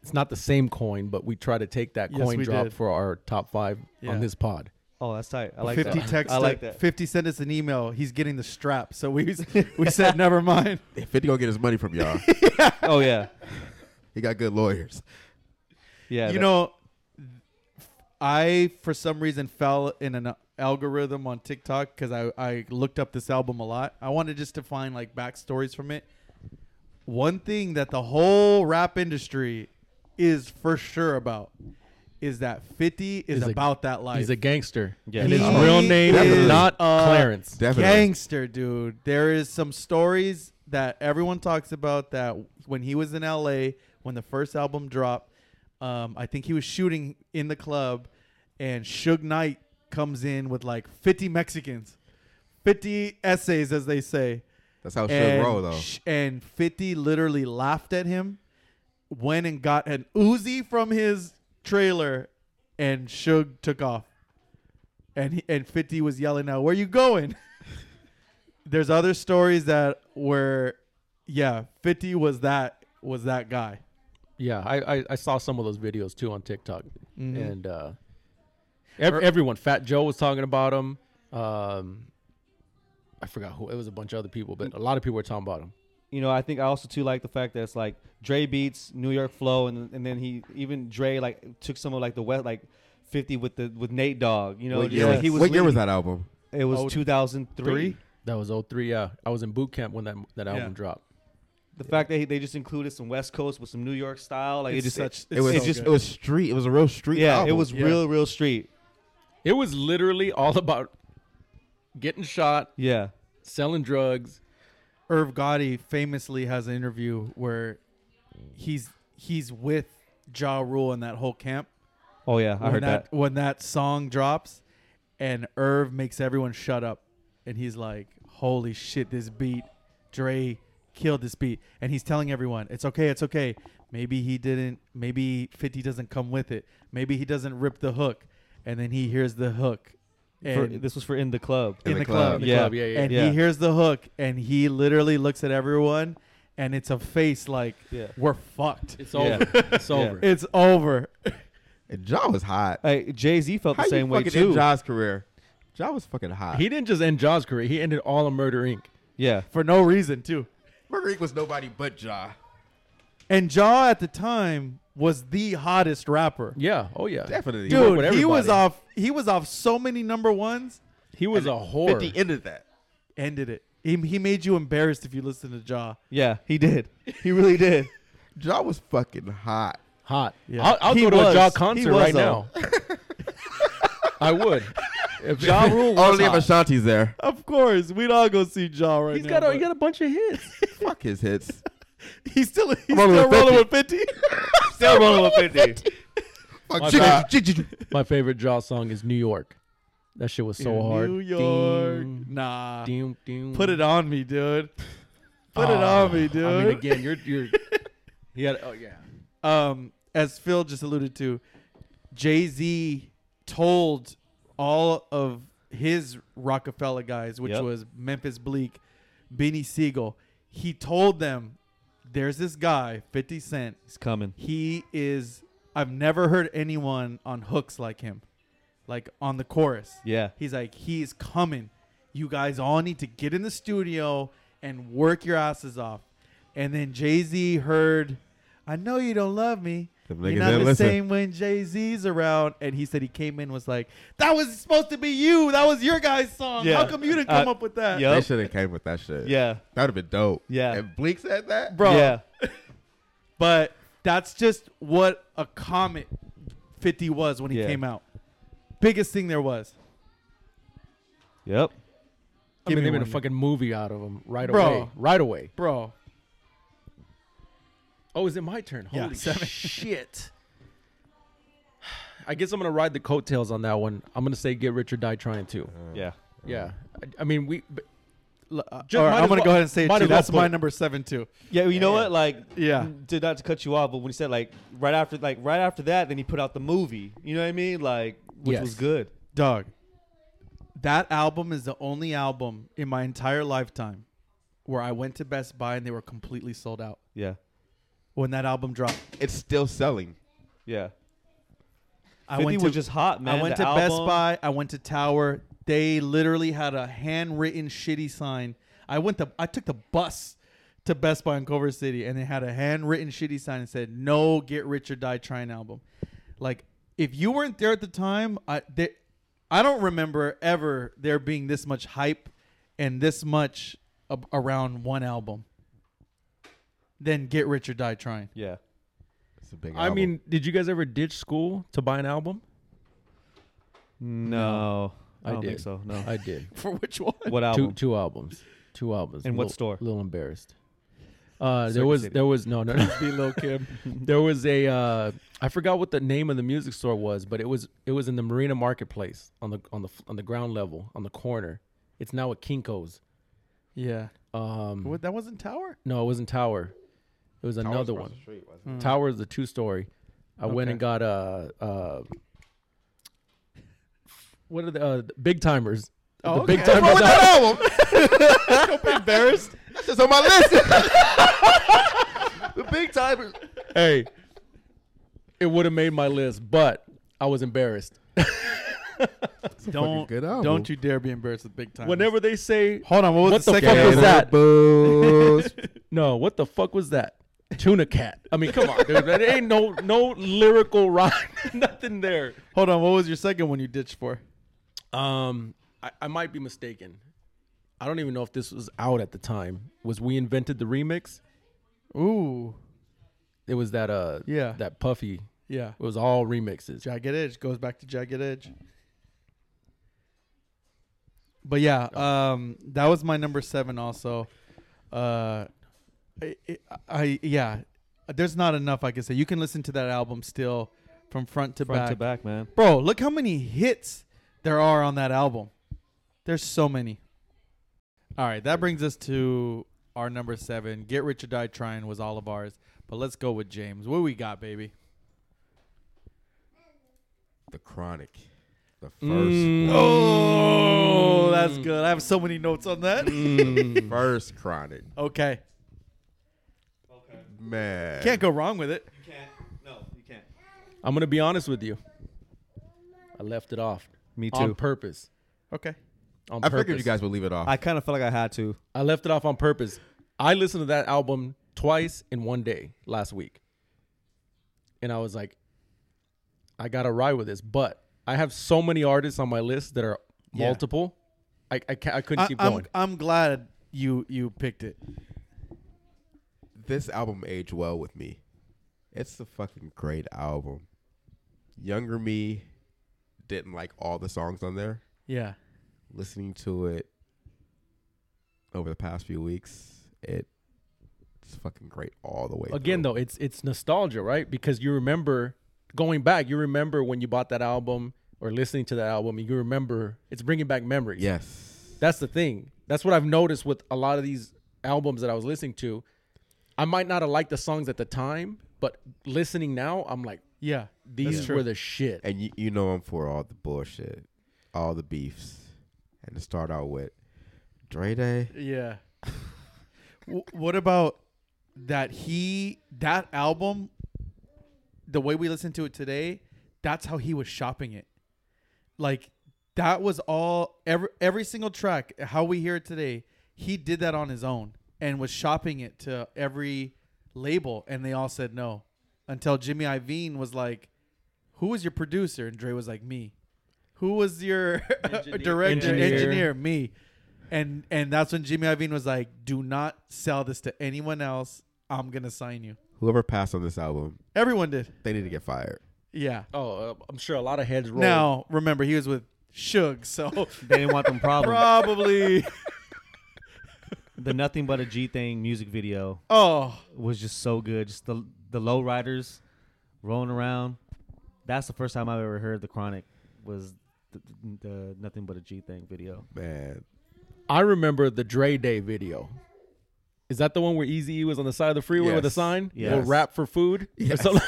S4: It's not the same coin, but we try to take that
S1: Yes,
S4: coin
S1: we
S4: drop
S1: did.
S4: for our top five
S1: Yeah.
S4: on this pod.
S2: Oh, that's tight. I like
S1: 50
S2: that.
S1: text.
S2: I like that.
S1: 50 sent us an email. He's getting the strap. So we we said, never mind.
S3: 50 gonna get his money from y'all.
S2: Oh yeah.
S3: he got good lawyers.
S2: Yeah.
S1: you
S2: that-
S1: know, I, for some reason, fell in an algorithm on TikTok because I, I looked up this album a lot. I wanted just to find like backstories from it. One thing that the whole rap industry is for sure about is that 50 is
S4: He's a-
S1: about that life.
S4: He's a gangster.
S2: Yeah.
S4: And his
S1: He
S4: real name
S3: is
S4: is not
S1: a
S4: Clarence.
S3: Definitely.
S1: Gangster, dude. There is some stories that everyone talks about that when he was in LA, when the first album dropped, um, I think he was shooting in the club, and Suge Knight comes in with like 50 Mexicans, 50 essays, as they say.
S3: That's how Suge
S1: and,
S3: roll though.
S1: sh- and 50 literally laughed at him, went and got an Uzi from his trailer, and Suge took off. And, he, and 50 was yelling out, Where you going? There's other stories that were, yeah, 50 was that was that guy.
S4: Yeah, I, I, I saw some of those videos too on TikTok,
S1: Mhm.
S4: and uh, ev- everyone, Fat Joe was talking about him. Um, I forgot who. It was a bunch of other people, but a lot of people were talking about him.
S2: you know, I think I also too like the fact that it's like Dre beats New York flow, and and then he even Dre like took some of like the West like fifty with the with Nate Dogg. You know,
S3: what
S2: just,
S3: year,
S2: like,
S3: was,
S2: he was
S3: what year was
S2: leading.
S3: that album?
S2: It
S1: Oh,
S2: was two thousand three.
S4: That was 03, Yeah, I was in boot camp when that that album
S1: Yeah.
S4: dropped.
S2: The fact that he, they just included some West Coast with some New York style, like
S1: It's
S2: it just
S1: such-
S2: it,
S1: it's
S2: was
S1: so
S2: it's just
S1: good.
S3: It was street. It was a real street.
S2: yeah, it
S3: album.
S2: was
S1: Yeah.
S2: real real street.
S4: It was literally all about getting shot,
S2: Yeah,
S4: selling drugs.
S1: Irv Gotti famously has an interview where he's he's with Ja Rule and that whole camp.
S2: oh yeah, I
S1: when
S2: heard that.
S1: when that song drops and Irv makes everyone shut up and he's like, Holy shit, this beat. Dre killed this beat. And he's telling everyone, It's okay, it's okay. Maybe he didn't maybe fifty doesn't come with it. Maybe he doesn't rip the hook. And then he hears the hook.
S2: For-
S1: And
S2: this was for in the club.
S1: in,
S3: In
S1: the,
S3: the
S1: club.
S3: club.
S4: the
S2: Yeah.
S4: club. yeah, yeah.
S1: And
S2: Yeah.
S1: he hears the hook and he literally looks at everyone and it's a face like
S2: Yeah.
S1: we're fucked.
S4: It's
S2: Yeah.
S4: over. It's
S2: Yeah.
S4: over.
S1: It's over.
S3: And Ja was hot.
S2: Hey, Jay Z felt
S3: How
S2: the same
S3: you
S2: way
S3: fucking end
S2: too.
S3: Ja's career? Ja was fucking hot.
S4: He didn't just end Jaws' career. He ended all of Murder Inc.
S2: yeah,
S1: For no reason too.
S3: Murder Inc. was nobody but Ja.
S1: And Ja at the time was the hottest rapper.
S4: Yeah. Oh yeah.
S3: Definitely.
S4: worked
S1: Dude,
S4: with
S1: he was
S4: everybody.
S1: off he was off so many number ones,
S4: He was a whore.
S3: 50 ended that.
S1: ended it. He, he made you embarrassed if you listened to Ja.
S2: yeah, he did. He really did.
S3: Ja was fucking hot.
S4: hot.
S1: Yeah.
S4: I'll, I'll
S2: He
S4: go to
S2: was.
S4: a Jaw
S2: He
S4: concert
S2: was,
S4: right
S2: though.
S4: now. I would. If Ja Rule was
S3: Only if
S4: hot.
S3: Oh, Ashanti's there.
S1: Of course, we'd all go see Ja right
S4: He's
S1: now.
S4: got a,
S1: but
S4: he got a bunch of hits.
S3: Fuck his hits.
S1: he's still he's
S3: rolling
S1: still
S3: with
S1: rolling with 50.
S2: Still rolling with fifty.
S3: Fuck
S4: My
S3: Ja.
S4: bad. My favorite Jaw song is New York. That shit was so hard.
S1: New York.
S4: Ding,
S1: Nah.
S4: ding, ding.
S1: Put it on me, dude. Put it
S4: Ah,
S1: on me, dude.
S4: I mean, again, you're you're. He had oh yeah.
S1: um, as Phil just alluded to, Jay Z told all of his Rockefeller guys, which
S2: Yep.
S1: was Memphis Bleak, Benny Siegel, he told them, "There's this guy, Fifty Cent.
S2: He's coming.
S1: He is. I've never heard anyone on hooks like him, like on the chorus.
S2: Yeah,
S1: He's like, he's coming. You guys all need to get in the studio and work your asses off. And then Jay Z heard, I know you don't love me.
S3: Them
S1: You're
S3: niggas
S1: not
S3: didn't
S1: the
S3: listen."
S1: same when Jay Z's around. And he said he came in was like, that was supposed to be you. That was your guys' song.
S2: Yeah.
S1: How come you didn't come
S2: Uh,
S1: up with that?
S2: yeah.
S3: They
S2: Yup.
S3: should have came with that shit.
S2: yeah,
S3: That would have been dope.
S2: Yeah.
S3: And Bleak said that?
S1: Bro,
S2: yeah.
S1: but that's just what a comet 50 was when he
S2: Yeah.
S1: came out. Biggest thing there was.
S2: Yep.
S4: I
S1: Give
S4: mean,
S1: me
S4: they made a
S1: one.
S4: fucking movie out of him right
S1: Bro.
S4: away. Right away.
S1: Bro,
S4: Oh, is it my turn?
S1: Yeah,
S4: Holy
S1: seven.
S4: shit. I guess I'm going to ride the coattails on that one. I'm going to say get rich or die trying to.
S3: Mm.
S2: Yeah.
S4: Yeah. I, I mean, we. But, l- uh,
S1: All right,
S4: might
S1: I'm gonna
S4: as well-
S1: go ahead and say it
S4: might
S1: too.
S4: as well
S1: That's
S4: put
S1: my
S4: it.
S1: number seven too.
S2: Yeah, you know
S4: Yeah.
S2: what? Like,
S1: Yeah.
S2: did not to cut you off, but when he said like right after, like right after that, then he put out the movie. You know what I mean? Like, which
S4: Yes.
S2: was good.
S1: Dog, that album is the only album in my entire lifetime where I went to Best Buy and they were completely sold out
S2: Yeah,
S1: when that album dropped.
S3: It's still selling.
S2: yeah.
S1: I
S2: Fifty
S1: went to,
S2: was just hot, man.
S1: I went
S2: The
S1: to Best
S2: album-
S1: Buy. I went to Tower. They literally had a handwritten shitty sign. I went to I took the bus to Best Buy in Culver City, and it had a handwritten shitty sign and said "No Get Rich or Die Trying" album. Like if you weren't there at the time, I they, I don't remember ever there being this much hype and this much ab- around one album. Then Get Rich or Die Trying.
S2: Yeah,
S3: It's a big.
S4: I
S3: album.
S4: mean, did you guys ever ditch school to buy an album?
S2: no, I,
S4: I
S2: don't think
S4: did.
S2: so. No,
S4: I did.
S1: For which one?
S2: what
S4: two
S2: album?
S4: two albums. Two albums.
S2: In what
S4: Little-
S2: store?
S4: Little embarrassed. Uh, there
S2: Circuit
S4: was
S2: City.
S4: there was no no no.
S1: Be Lil Kim.
S4: there was a uh, I forgot what the name of the music store was, but it was it was in the Marina Marketplace on the on the on the ground level on the corner. It's now a Kinkos.
S1: Yeah.
S4: Um,
S1: What, that wasn't Tower.
S4: No, it wasn't Tower. It was
S3: Tower's
S4: another
S3: across
S4: one.
S3: the street, wasn't
S1: Mm.
S4: Tower is the two story. I went
S1: Okay.
S4: and got uh uh what are the uh, the big timers?
S1: Oh,
S4: the big
S1: okay.
S4: timers.
S3: it?
S4: out-
S3: album. embarrassed. That's just on my list. the big timers.
S4: hey, it would have made my list, but I was embarrassed.
S1: Don't
S3: good album.
S1: don't you dare be embarrassed with big time.
S4: Whenever they say,
S1: hold on, what was
S4: What
S1: the,
S4: the
S1: second
S4: fuck was
S1: one?
S4: that?
S3: Booze.
S4: no, what the fuck was that? Tuna cat. I mean, come on, dude. There ain't no no lyrical rhyme, nothing there.
S1: Hold on, what was your second one you ditched for?
S4: Um, I, I might be mistaken. I don't even know if this was out at the time. Was we invented the remix?
S1: Ooh,
S4: It was that uh
S1: Yeah.
S4: that puffy.
S1: yeah,
S4: It was all remixes.
S1: Jagged Edge goes back to Jagged Edge. But yeah, um, that was my number seven. Also, uh, I, I, I yeah, there's not enough I can say. You can listen to that album still from front to
S2: Front
S1: back.
S2: to back, man.
S1: Bro, look how many hits there are on that album. There's so many. All right, that brings us to our number seven. Get Rich or Die Trying was all of ours, but let's go with James. What we got, baby?
S3: The Chronic. The first
S4: Mm.
S3: one.
S1: Oh, that's good. I have so many notes on that.
S4: Mm.
S3: First Chronic.
S1: okay,
S3: Man.
S1: can't go wrong with it.
S2: You can't. No, you can't.
S4: I'm gonna be honest with you. I left it off
S2: Me too.
S4: on purpose.
S1: Okay,
S4: On
S3: I
S4: purpose.
S3: figured you guys would leave it off.
S2: I kind of felt like I had to.
S4: I left it off on purpose. I listened to that album twice in one day last week. And I was like, I got to ride with this. But I have so many artists on my list that are
S1: Yeah.
S4: multiple. I, I, ca I couldn't
S1: I,
S4: keep
S1: am
S4: going.
S1: I'm glad you you picked it.
S3: this album aged well with me. It's a fucking great album. Younger me didn't like all the songs on there.
S1: Yeah,
S3: Listening to it over the past few weeks, it, it's fucking great all the way.
S4: Again, though, it's it's nostalgia, right? Because you remember going back. You remember when you bought that album or listening to that album. You remember it's bringing back memories.
S3: yes,
S4: That's the thing. That's what I've noticed with a lot of these albums that I was listening to. I might not have liked the songs at the time, but listening now, I'm like,
S1: yeah.
S4: these
S1: true.
S4: were the shit.
S3: and you, you know I'm for all the bullshit, all the beefs, and to start out with Dre Day.
S1: Yeah. W- what about that he that album the way we listen to it today, that's how he was shopping it. Like that was all every every single track how we hear it today, he did that on his own and was shopping it to every label and they all said no until Jimmy Iovine was like who was your producer and Dre was like me. Who was your director
S4: Engineer.
S1: engineer me. And and that's when Jimmy Iovine was like do not sell this to anyone else. I'm going to sign you.
S3: Whoever passed on this album,
S1: Everyone did.
S3: they need to get fired.
S1: Yeah.
S4: Oh, uh, I'm sure a lot of heads roll.
S1: Now remember, he was with Suge, so
S2: They didn't want them problems.
S1: probably.
S2: the nothing but a G thing music video
S1: Oh,
S2: was just so good. Just the the low riders rolling around. That's the first time I've ever heard the Chronic was the, the, the nothing but a G thing video.
S3: Man,
S4: I remember the Dre Day video. Is that the one where Easy E was on the side of the freeway with a
S3: Yes.
S4: sign?
S2: Yes.
S4: Or rap for food? Or something?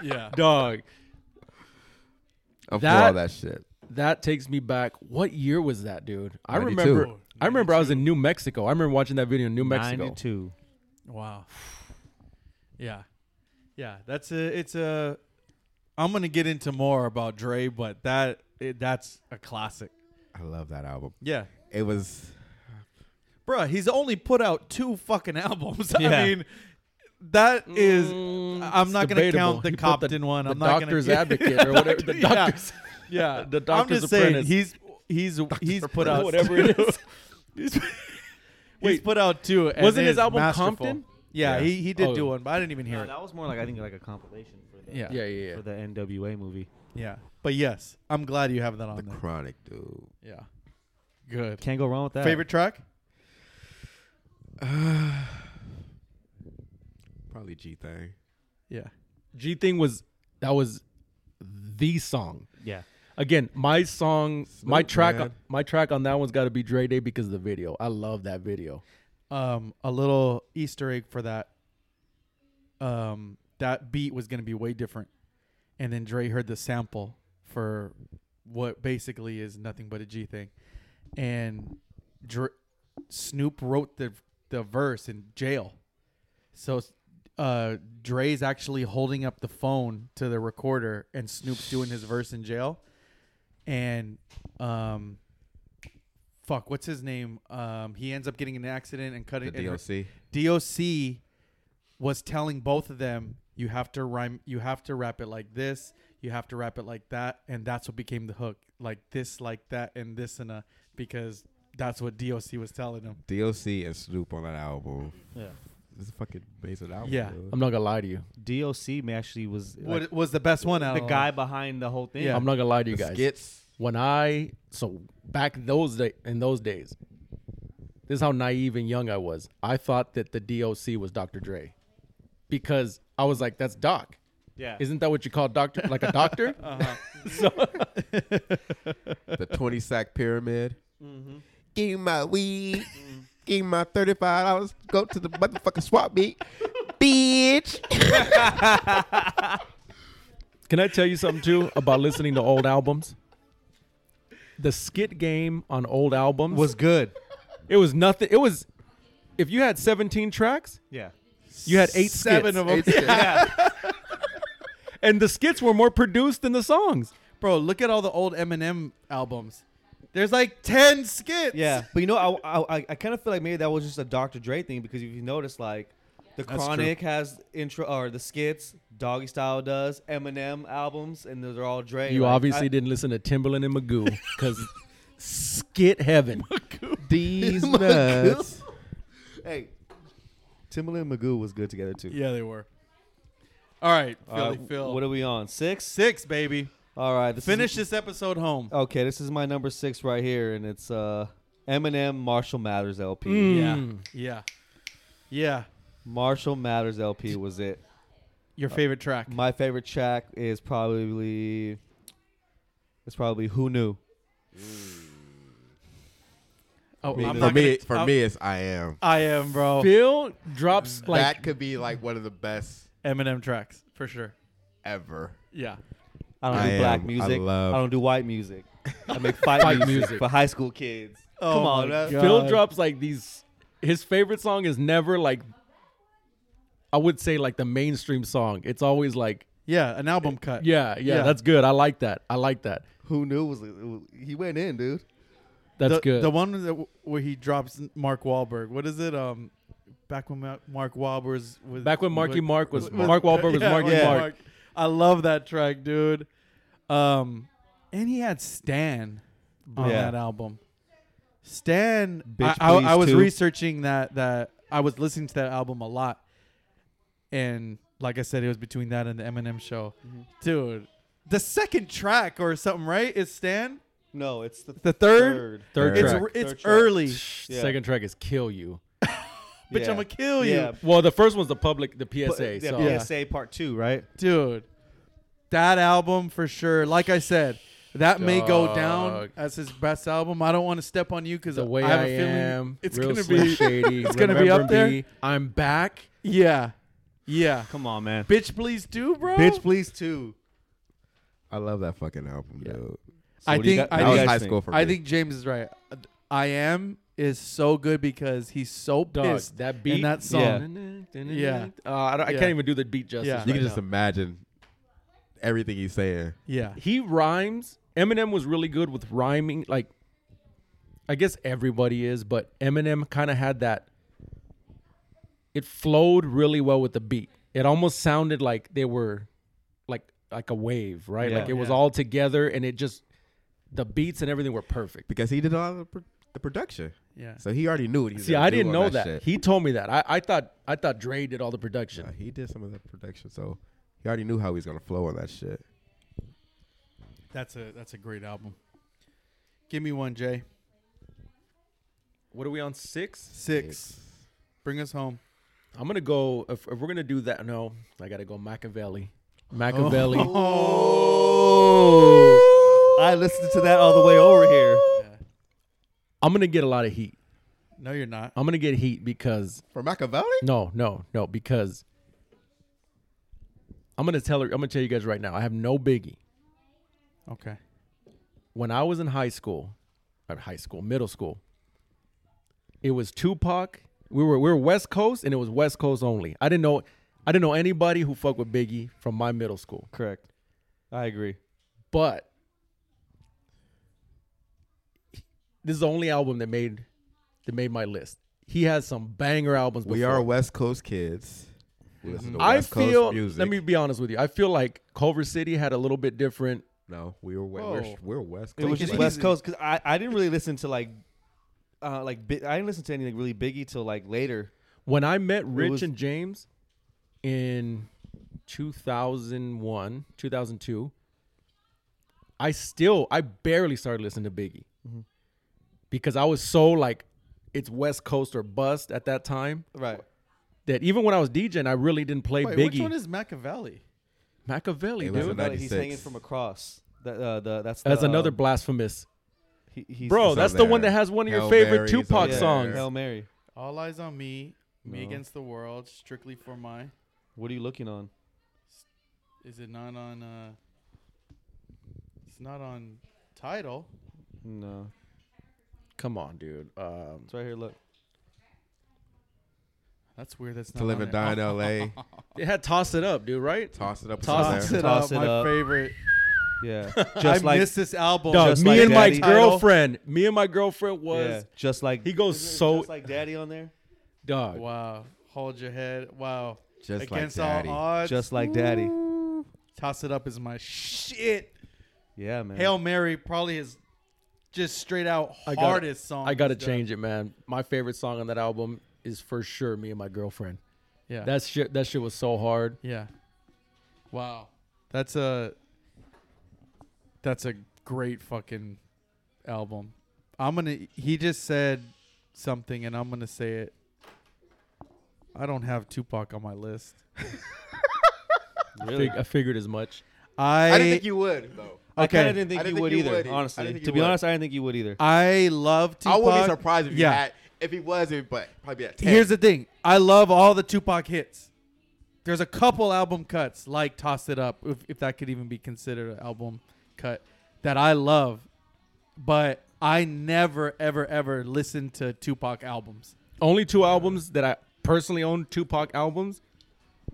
S1: yeah.
S4: Dog.
S3: I'm for
S4: That-
S3: all that shit.
S4: That takes me back. What year was that, dude? I
S3: 92.
S4: remember. I remember I was in New Mexico. I remember watching that video in New Mexico.
S2: Ninety two.
S1: Wow. Yeah. Yeah. That's a. It's a. I'm gonna get into more about Dre, but that it, that's a classic.
S3: I love that album.
S1: Yeah.
S3: It was
S1: Bruh, he's only put out two fucking albums.
S2: Yeah.
S1: I mean, that is.
S4: Mm,
S1: I'm
S4: it's
S1: not gonna
S4: debatable.
S1: count the
S4: He put
S1: Compton one.
S4: the
S1: I'm not gonna-
S4: doctor's advocate or whatever. The
S1: Yeah.
S4: doctor's,
S1: Yeah.
S4: the doctor's
S1: I'm just saying
S4: apprentice.
S1: he's he's he's put out
S4: whatever it is.
S1: He's, he's put out two. and
S4: Wasn't
S1: it
S4: his
S1: is
S4: album
S1: masterful.
S4: Compton?
S1: Yeah,
S3: Yeah.
S1: he he did
S4: Oh.
S1: do one, but I didn't even hear it.
S2: that was more like I think like a compilation for the
S1: Yeah.
S4: Yeah, yeah, yeah.
S2: for the NWA movie.
S1: Yeah, but yes, I'm glad you have that on
S3: the
S1: there.
S3: chronic, dude.
S1: yeah, good.
S2: Can't go wrong with that.
S1: Favorite track?
S3: Probably G thing.
S1: Yeah,
S4: G thing was that was the song.
S2: Yeah.
S4: Again, my song, my
S3: Snoop,
S4: track,
S3: man.
S4: my track on that one's got to be Dre Day because of the video. I love that video.
S1: um, a little Easter egg for that. Um, that beat was gonna be way different, and then Dre heard the sample for what basically is nothing but a G thing, and Dre, Snoop wrote the the verse in jail, so. Uh, Dre's actually holding up the phone to the recorder, and Snoop's doing his verse in jail. And um, fuck, what's his name? Um, he ends up getting in an accident and
S3: The
S1: cutting. and-
S3: DLC.
S1: DOC was telling both of them, you have to rhyme, you have to rap it like this, you have to rap it like that, and that's what became the hook, like this, like that, and this and a, because that's what DOC was telling them.
S3: DLC and Snoop on that album.
S2: Yeah.
S3: It's a fucking amazing album.
S1: Yeah.
S3: dude.
S4: I'm not gonna lie to you.
S2: DOC may actually was like,
S1: what was the best one out
S2: the
S1: of all?
S2: guy behind the whole thing.
S1: Yeah.
S4: I'm not gonna lie
S3: the
S4: to you guys.
S3: skits.
S4: When I so back those day in those days, this is how naive and young I was. I thought that the DOC was Dr. Dre because I was like, that's Doc.
S2: Yeah.
S4: Isn't that what you call doctor? Like a doctor?
S3: the 20 sack pyramid.
S1: Mm-hmm.
S3: Give me my weed. Give me my $35. Go to the motherfucking swap meet. Bitch.
S4: Can I tell you something too about listening to old albums? The skit game on old albums
S2: was good.
S4: it was nothing. It was if you had 17 tracks,
S2: Yeah.
S4: you had eight
S1: Seven
S4: skits.
S1: of 'em.
S3: It's-
S4: and the skits were more produced than the songs.
S1: Bro, look at all the old Eminem albums. There's like ten skits.
S2: Yeah, but you know, I I, I kind of feel like maybe that was just a Dr. Dre thing because if you notice, like, the
S1: That's
S2: Chronic has intro or the skits, Doggy Style does, Eminem albums, and those are all Dre.
S4: You
S2: Like,
S4: obviously
S2: I-
S4: didn't listen to Timberland and Magoo because skit heaven.
S3: These
S2: My
S3: nuts.
S2: Hey, Timbaland and Magoo was good together too.
S1: yeah, they were. All right,
S2: All right,
S1: Philly Phil.
S2: Uh, What are we on six?
S1: Six, baby.
S2: All right, this is-
S1: Finish this episode home.
S2: okay, this is my number six right here, and it's uh Eminem Marshall Matters LP.
S1: Mm.
S2: Mm.
S1: Yeah, yeah, yeah.
S2: Marshall Matters LP was it.
S1: Your favorite track?
S2: Uh, My favorite track is probably it's probably Who Knew.
S1: oh,
S3: For
S1: I'm
S3: me,
S1: not gonna-
S3: for
S1: I'm-
S3: me, it's I am.
S1: I am, bro.
S4: Phil drops like
S3: that could be like one of the best
S1: Eminem tracks for sure.
S3: ever.
S1: Yeah.
S2: I don't
S3: I
S2: do black
S3: am. I
S2: music. I,
S3: love-
S2: don't do white music. I make fight,
S4: Fight
S2: music,
S4: music.
S2: for high school kids.
S1: Oh
S2: Come
S1: my
S2: on, that's-
S1: God.
S4: Phil drops like these. His favorite song is never like. I would say like the mainstream song. It's always like,
S1: Yeah, an album cut.
S4: yeah, yeah,
S1: Yeah.
S4: that's good. I like that. I like that.
S2: Who Knew was, it was- he went in, dude.
S4: That's
S1: the,
S4: good.
S1: The one that w- where he drops Mark Wahlberg. What is it? Um, back when Ma- Mark Wahlberg was, was
S4: Back when Marky Mark was Mark Wahlberg was
S1: Yeah,
S4: Marky
S1: Marky
S4: Mark.
S1: I love that track, dude. Um, and he had Stan on
S2: Yeah.
S1: that album. Stan,
S2: Bitch
S1: I, I, I
S2: Please
S1: was
S2: too.
S1: researching that that I was listening to that album a lot, and like I said, it was between that and the Eminem show,
S2: Mm-hmm.
S1: dude. The second track or something, right? Is Stan?
S2: No, it's the,
S1: The third?
S4: Third
S1: It's
S4: track.
S1: r- it's
S2: Third track.
S1: early,
S2: Yeah.
S4: Second track is "Kill You."
S1: bitch.
S2: Yeah.
S1: I'ma kill you,
S2: Yeah,
S4: Well, the first one's the public, the
S2: but-
S4: PSA.
S2: yeah,
S4: so
S1: yeah.
S2: PSA part two, right?
S1: dude. That album for sure. Like I said, that may go down
S4: Dog.
S1: as his best album. I don't want to step on you because
S4: the way
S1: I
S4: I,
S1: have a feeling
S4: am,
S1: it's
S4: real
S1: gonna
S4: Slim
S1: be
S4: shady.
S1: it's gonna be
S4: Remember
S1: up there.
S4: Me, I'm back.
S1: Yeah, yeah.
S2: Come on, man.
S1: Bitch, please do, bro.
S2: Bitch, please two.
S3: I love that fucking album, dude.
S2: So
S1: I
S2: what do you
S1: think-
S2: got-
S1: I
S3: That
S2: what do
S3: was
S2: you
S1: think-
S3: high
S2: guys
S3: school for me.
S1: I think James is right. I am is so good because he's so
S4: Dog,
S1: pissed
S4: that beat.
S1: in that song. Yeah.
S4: Uh, I, don't, I
S1: Yeah.
S4: can't even do the beat justice.
S1: Yeah.
S3: you
S4: right
S3: can just
S4: now.
S3: imagine everything he's saying.
S1: Yeah.
S4: he rhymes. Eminem was really good with rhyming. Like, I guess everybody is, but Eminem kind of had that. It flowed really well with the beat. It almost sounded like they were, like like a wave, right?
S2: Yeah.
S4: like it was
S1: Yeah.
S4: all together, and it just the beats and everything were perfect.
S3: because he did all the, pro- the production.
S1: Yeah.
S3: So he already knew what he was
S4: See,
S3: gonna
S4: I
S3: do
S4: didn't
S3: on
S4: know that.
S3: shit.
S4: He told me that. I, I thought I thought Dre did all the production.
S3: Yeah, he did some of the production, so he already knew how he was gonna flow on that shit.
S1: That's a that's a great album. Give me one, Jay.
S4: What are we on six?
S1: Six. Bring us home.
S4: I'm gonna go. If, if we're gonna do that, no, I gotta go Machiavelli. Machiavelli.
S2: Oh, I listened to that all the way over here.
S4: I'm gonna get a lot of heat.
S1: No, you're not.
S4: I'm gonna get heat because
S3: For Machiavelli?
S4: no, no, no, because I'm gonna tell her. I'm gonna tell you guys right now. I have no biggie.
S1: Okay.
S4: When I was in high school, or high school, middle school, it was Tupac. We were we were West Coast, and it was West Coast only. I didn't know. I didn't know anybody who fucked with Biggie from my middle school.
S2: Correct. I agree.
S4: but this is the only album that made that made my list. He has some banger albums.
S3: We
S4: before.
S3: are West Coast kids. We listen to
S4: I
S3: West
S4: feel.
S3: Coast music.
S4: Let me be honest with you. I feel like Culver City had a little bit different.
S3: No, we were we-
S1: Whoa.
S3: we're, we're West
S2: It
S3: Coast.
S2: was just
S1: it
S3: kids.
S2: West
S1: easy.
S2: Coast because I, I didn't really listen to like uh like bi- I didn't listen to anything really Biggie till like later.
S4: When I met Rich
S2: was-
S4: and James in 2001, 2002, I still I barely started listening to Biggie because I was so like it's West Coast or bust at that time.
S2: Right.
S4: that even when I was DJing, I really didn't play
S1: Wait,
S4: Biggie.
S1: which one is Machiavelli?
S4: Machiavelli,
S3: It was
S4: dude.
S3: a-
S2: he's
S3: 96.
S2: hanging from across. That uh, the that's
S4: That's
S2: the,
S4: another
S2: um,
S4: blasphemous.
S2: he, he's
S4: Bro,
S3: it's
S4: that's
S3: on
S4: the one
S3: there.
S4: that has one of your
S3: Hail
S4: favorite
S3: Mary's
S4: Tupac
S3: on there.
S4: songs.
S2: Hail Mary.
S1: All eyes on me. Me
S2: No.
S1: against the world. Strictly for my.
S2: What are you looking on?
S1: Is it not on? uh It's not on title.
S2: No,
S4: Come on, dude. Um,
S2: it's right here. Look,
S1: That's weird. That's not
S3: to live
S1: on
S3: and
S1: there.
S3: die in L.A.
S4: it had Toss It Up, dude, right?
S3: Toss it up. was
S4: Toss
S3: on
S1: Toss
S3: there.
S1: it up.
S2: Toss It
S1: my
S2: Up.
S1: favorite.
S2: yeah,
S1: I
S2: just like
S1: miss this album.
S4: Dog,
S2: Just
S4: me
S2: like
S4: and my
S2: Daddy.
S4: girlfriend. Me and my girlfriend
S2: yeah,
S4: was.
S2: just like
S4: He goes
S2: Isn't it
S4: so.
S2: just like Daddy on there.
S4: dog.
S1: Wow. Hold your head. Wow.
S3: Just
S1: Against
S3: like daddy.
S1: all odds.
S2: Just like Daddy.
S1: Toss it up is my shit.
S2: Yeah, man.
S1: Hail Mary, probably his just straight out
S4: I gotta-
S1: hardest song.
S4: I got to
S1: he's done.
S4: change it, man. My favorite song on that album is for sure Me and My Girlfriend.
S1: Yeah.
S4: That shit, that shit was so hard.
S1: yeah. Wow. That's a that's a great fucking album. I'm gonna he just said something and I'm gonna say it. I don't have Tupac on my list.
S2: Really?
S4: Fig- I figured as much.
S1: I
S3: I didn't think you would though.
S2: I
S1: okay.
S2: kind of didn't think
S3: I
S2: you
S3: didn't think
S2: would
S3: you
S2: either.
S3: would. I didn't
S2: Honestly,
S3: think
S2: to
S3: you
S2: be
S3: would.
S2: honest, I didn't think you would
S4: Ah,
S2: either.
S1: I love Tupac.
S3: I wouldn't be surprised if he
S1: Yeah.
S3: had if he was it, but probably at ten.
S1: Here's the thing. I love all the Tupac hits. There's a couple album cuts like Toss It Up, if, if that could even be considered an album cut, that I love. But I never, ever, ever listened to Tupac albums.
S4: only two albums that I personally own Tupac albums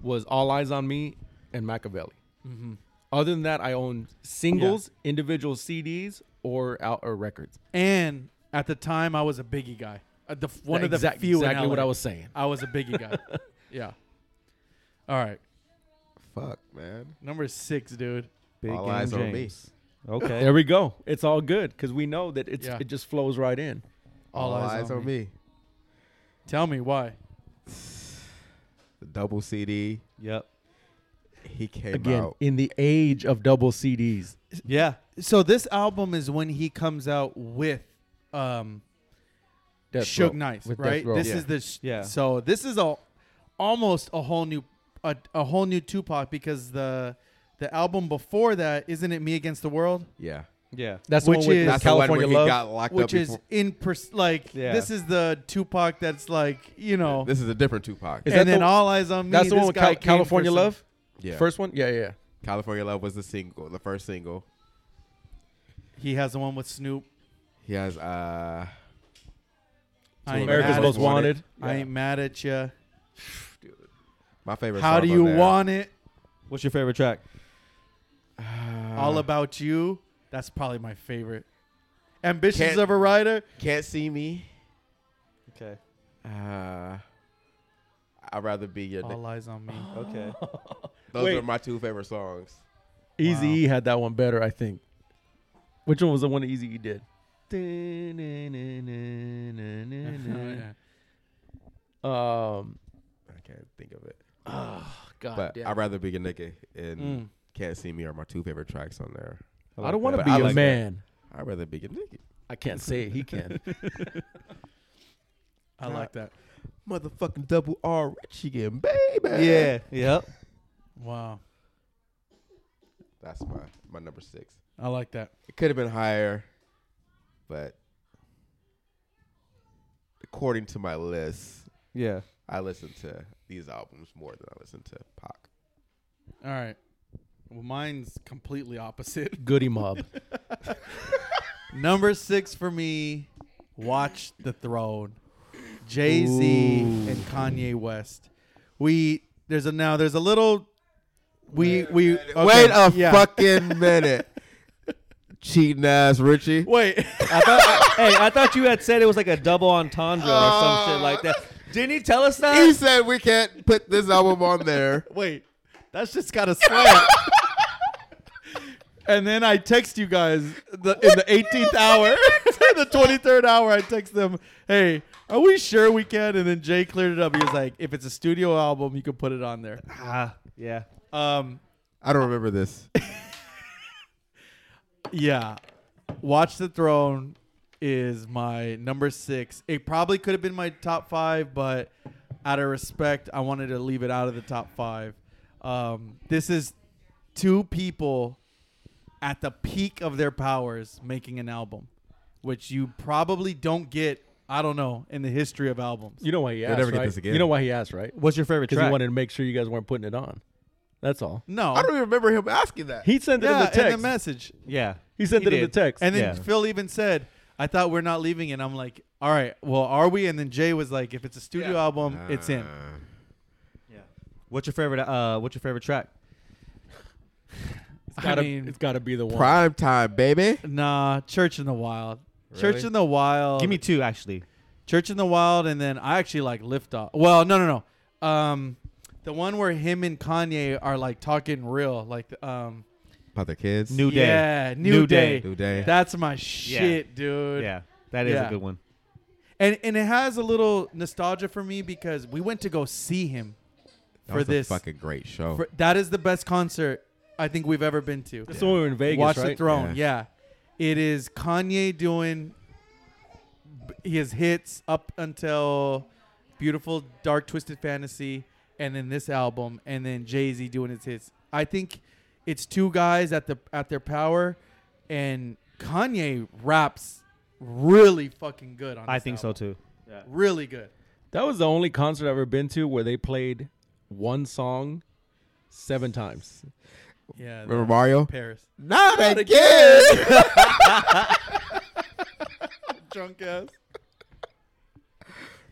S4: was All Eyes on Me and Machiavelli.
S1: Mm-hmm.
S4: Other than that, I own singles, individual CDs, or out or records.
S1: And at the time, I was a Biggie guy. Uh, the, f- one
S4: Exact-
S1: of the few. in
S4: exactly what
S1: LA.
S4: I was saying.
S1: I was a Biggie guy. yeah. All right.
S3: Fuck, man.
S1: Number six, dude.
S2: Big
S3: All
S2: Game
S3: eyes on me.
S2: James. Okay.
S4: There we go. It's all good because we know that it's
S1: Yeah.
S4: it just flows right in.
S1: All, eyes, on, me. Tell me why.
S3: The double CD.
S2: Yep.
S3: He came
S4: Again,
S3: out.
S4: in the age of double CDs,
S2: Yeah.
S1: So this album is when he comes out with um
S4: Death
S1: Suge
S4: Row-
S1: Knight,
S4: with Death
S1: right?
S4: Row.
S1: This
S3: Yeah.
S1: is the sh-
S2: Yeah.
S1: So this is a almost a whole new a, a whole new Tupac because the the album before that isn't it Me Against the World,
S3: Yeah.
S2: Yeah.
S4: that's the
S1: Which
S4: one with
S1: is-
S4: the
S1: That's
S3: the one
S4: California
S3: where
S4: Love.
S3: he got locked
S1: which
S3: up.
S1: is
S3: before-
S1: in pers- like
S2: Yeah.
S1: this is the Tupac that's like you know,
S3: this is a different Tupac.
S4: Is
S1: and
S4: that
S1: then
S4: the-
S1: All Eyes on Me.
S4: that's the
S1: this
S4: one with
S1: guy
S4: Cal-
S1: came for
S4: California
S1: some-
S4: Love.
S3: yeah.
S4: First one, yeah, yeah.
S3: California Love was the single, the first single.
S1: He has the one with Snoop.
S3: He has uh,
S1: I ain't,
S4: America's
S1: mad
S4: Most
S1: at ya.
S4: Wanted.
S1: I ain't mad at you.
S3: my favorite.
S1: How
S3: song
S1: do
S3: on
S1: you
S3: there.
S1: want it?
S2: What's your favorite track?
S3: Uh, Uh-huh.
S1: All about you. That's probably my favorite. Ambitions
S3: Can't-
S1: of a Rider.
S3: Can't see me.
S2: Okay.
S3: Uh, I'd rather be your.
S1: All eyes on me.
S2: Okay.
S3: Those
S4: Wait.
S3: are my two favorite songs.
S4: Easy E had that one better, I think. Which one was the one Easy E did? um,
S3: I can't think of it.
S4: oh, God
S3: but
S4: damn.
S3: I'd rather be your nigga and
S1: Mm.
S3: Can't See Me are my two favorite tracks on there.
S4: I don't want to
S3: that.
S4: be
S3: I
S4: a
S3: like that.
S4: man.
S3: I'd rather be your nigga.
S4: I can't say it. He can.
S1: I like that.
S3: Motherfucking double R rich again, baby.
S2: Yeah. Yep.
S1: Wow.
S3: That's my, my number six.
S1: I like that.
S3: It could have been higher, but according to my list,
S2: Yeah.
S3: I listen to these albums more than I listen to Pac.
S1: All right. Well, mine's completely opposite.
S4: Goody Mob.
S1: Number six for me, Watch the Throne. Jay Z and Kanye West. We there's a now there's a little we oh, we
S3: Wait
S1: okay,
S3: a
S1: yeah.
S3: fucking minute. Cheating ass Richie.
S1: wait
S2: I thought, hey, I thought you had said it was like a double entendre or some shit like that. Didn't he tell us that?
S3: He said we can't put this album on there.
S1: wait that's just got a slap. and then I text you guys the, in the 18th hour, the 23rd hour. I text them, "Hey, are we sure we can?" And then Jay cleared it up. He was like, "If it's a studio album, you can put it on there."
S2: ah, yeah.
S1: Um,
S3: I don't remember this.
S1: Yeah. Watch the Throne is my number six. It probably could have been my top five, but out of respect, I wanted to leave it out of the top five. Um, this is two people at the peak of their powers making an album, which you probably don't get, I don't know, in the history of albums.
S4: You know why he asked,
S3: never get
S4: right?
S3: this again.
S4: You know why he asked, right?
S2: What's your favorite
S4: Because
S2: track?
S4: he wanted to make sure you guys weren't putting it on. That's all.
S1: No.
S3: I don't even remember him asking that.
S4: He sent it
S1: yeah,
S4: in the text.
S1: in the message.
S2: yeah.
S4: he sent
S2: He
S4: it in the
S2: did.
S4: text.
S1: And then
S2: Yeah.
S1: Phil even said, I thought we're not leaving. And I'm like, all right, well, are we? And then Jay was like, if it's a studio
S3: Yeah.
S1: album, it's in.
S3: Uh,
S2: What's your favorite? Uh, what's your favorite track?
S4: it's gotta,
S1: I mean,
S4: it's gotta be the one.
S3: Prime time, baby.
S1: nah, Church in the Wild. Church
S3: Really?
S1: in the Wild.
S2: Give me two, actually.
S1: Church in the Wild, and then I actually like Lift Off. Well, no, no, no. Um, the one where him and Kanye are like talking real, like um,
S3: About their kids.
S2: New Day.
S1: yeah, New,
S2: New
S1: Day.
S2: Day.
S3: New Day.
S1: That's my shit, dude.
S2: Yeah, that is
S1: Yeah.
S2: a good one.
S1: and and it has a little nostalgia for me because we went to go see him
S3: That
S1: for
S3: was a
S1: this.
S3: fucking great show.
S1: For, that is the best concert I think we've ever been to.
S4: That's the one we were in Vegas,
S1: Watch the
S4: right?
S1: Throne. Yeah. It is Kanye doing b- his hits up until Beautiful Dark Twisted Fantasy and then this album and then Jay-Z doing his hits. I think it's two guys at the at their power and Kanye raps really fucking good on
S2: I
S1: this
S2: think so
S1: album.
S2: too.
S1: Really good.
S4: That was the only concert I've ever been to where they played one song seven times.
S1: Yeah.
S3: Remember Mario?
S1: Paris.
S3: Not, again.
S1: Drunk ass.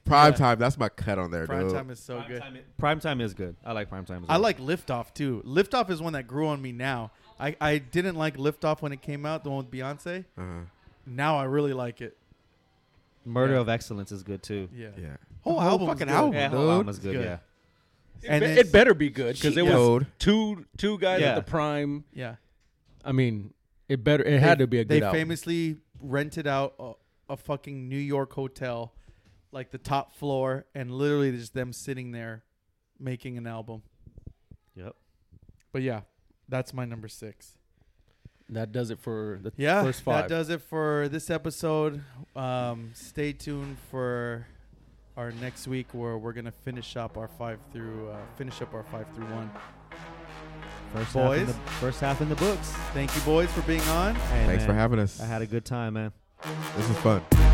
S3: Prime
S1: Yeah.
S3: time. That's my cut on there,
S1: Prime
S3: dude.
S1: time is so good.
S2: Prime time is good. I like prime time. As
S1: I
S2: well.
S1: like Liftoff too. Liftoff is one that grew on me now. I, I didn't like Liftoff when it came out, the one with Beyonce.
S3: uh-huh.
S1: Now I really like it.
S2: Murder
S1: Yeah.
S2: of Excellence is good too.
S1: Yeah.
S3: Yeah.
S1: Whole album.
S3: fucking Oh, album.
S2: Yeah,
S3: dude.
S2: whole album is good.
S1: Good.
S2: Yeah,
S1: And
S4: it,
S1: then-
S4: be- it better be good because it
S3: Cheat
S4: was
S3: code.
S4: two two guys
S2: Yeah.
S4: at the prime.
S1: Yeah.
S4: I mean, it better it had to be a
S1: They
S4: good album.
S1: famously rented out a, a fucking New York hotel, like the top floor, and literally just them sitting there making an album.
S2: Yep.
S1: But yeah, that's my number six.
S4: That does it for the
S1: Yeah,
S4: first five.
S1: that does it for this episode. Um, stay tuned for our next week where we're gonna finish up our five through uh, finish up our five through one.
S2: First half in
S1: Boys.
S2: the first half in the books.
S1: Thank you, boys, for being on.
S2: Hey,
S3: Thanks for
S2: man,
S3: having us.
S2: I had a good time, man.
S3: This is fun.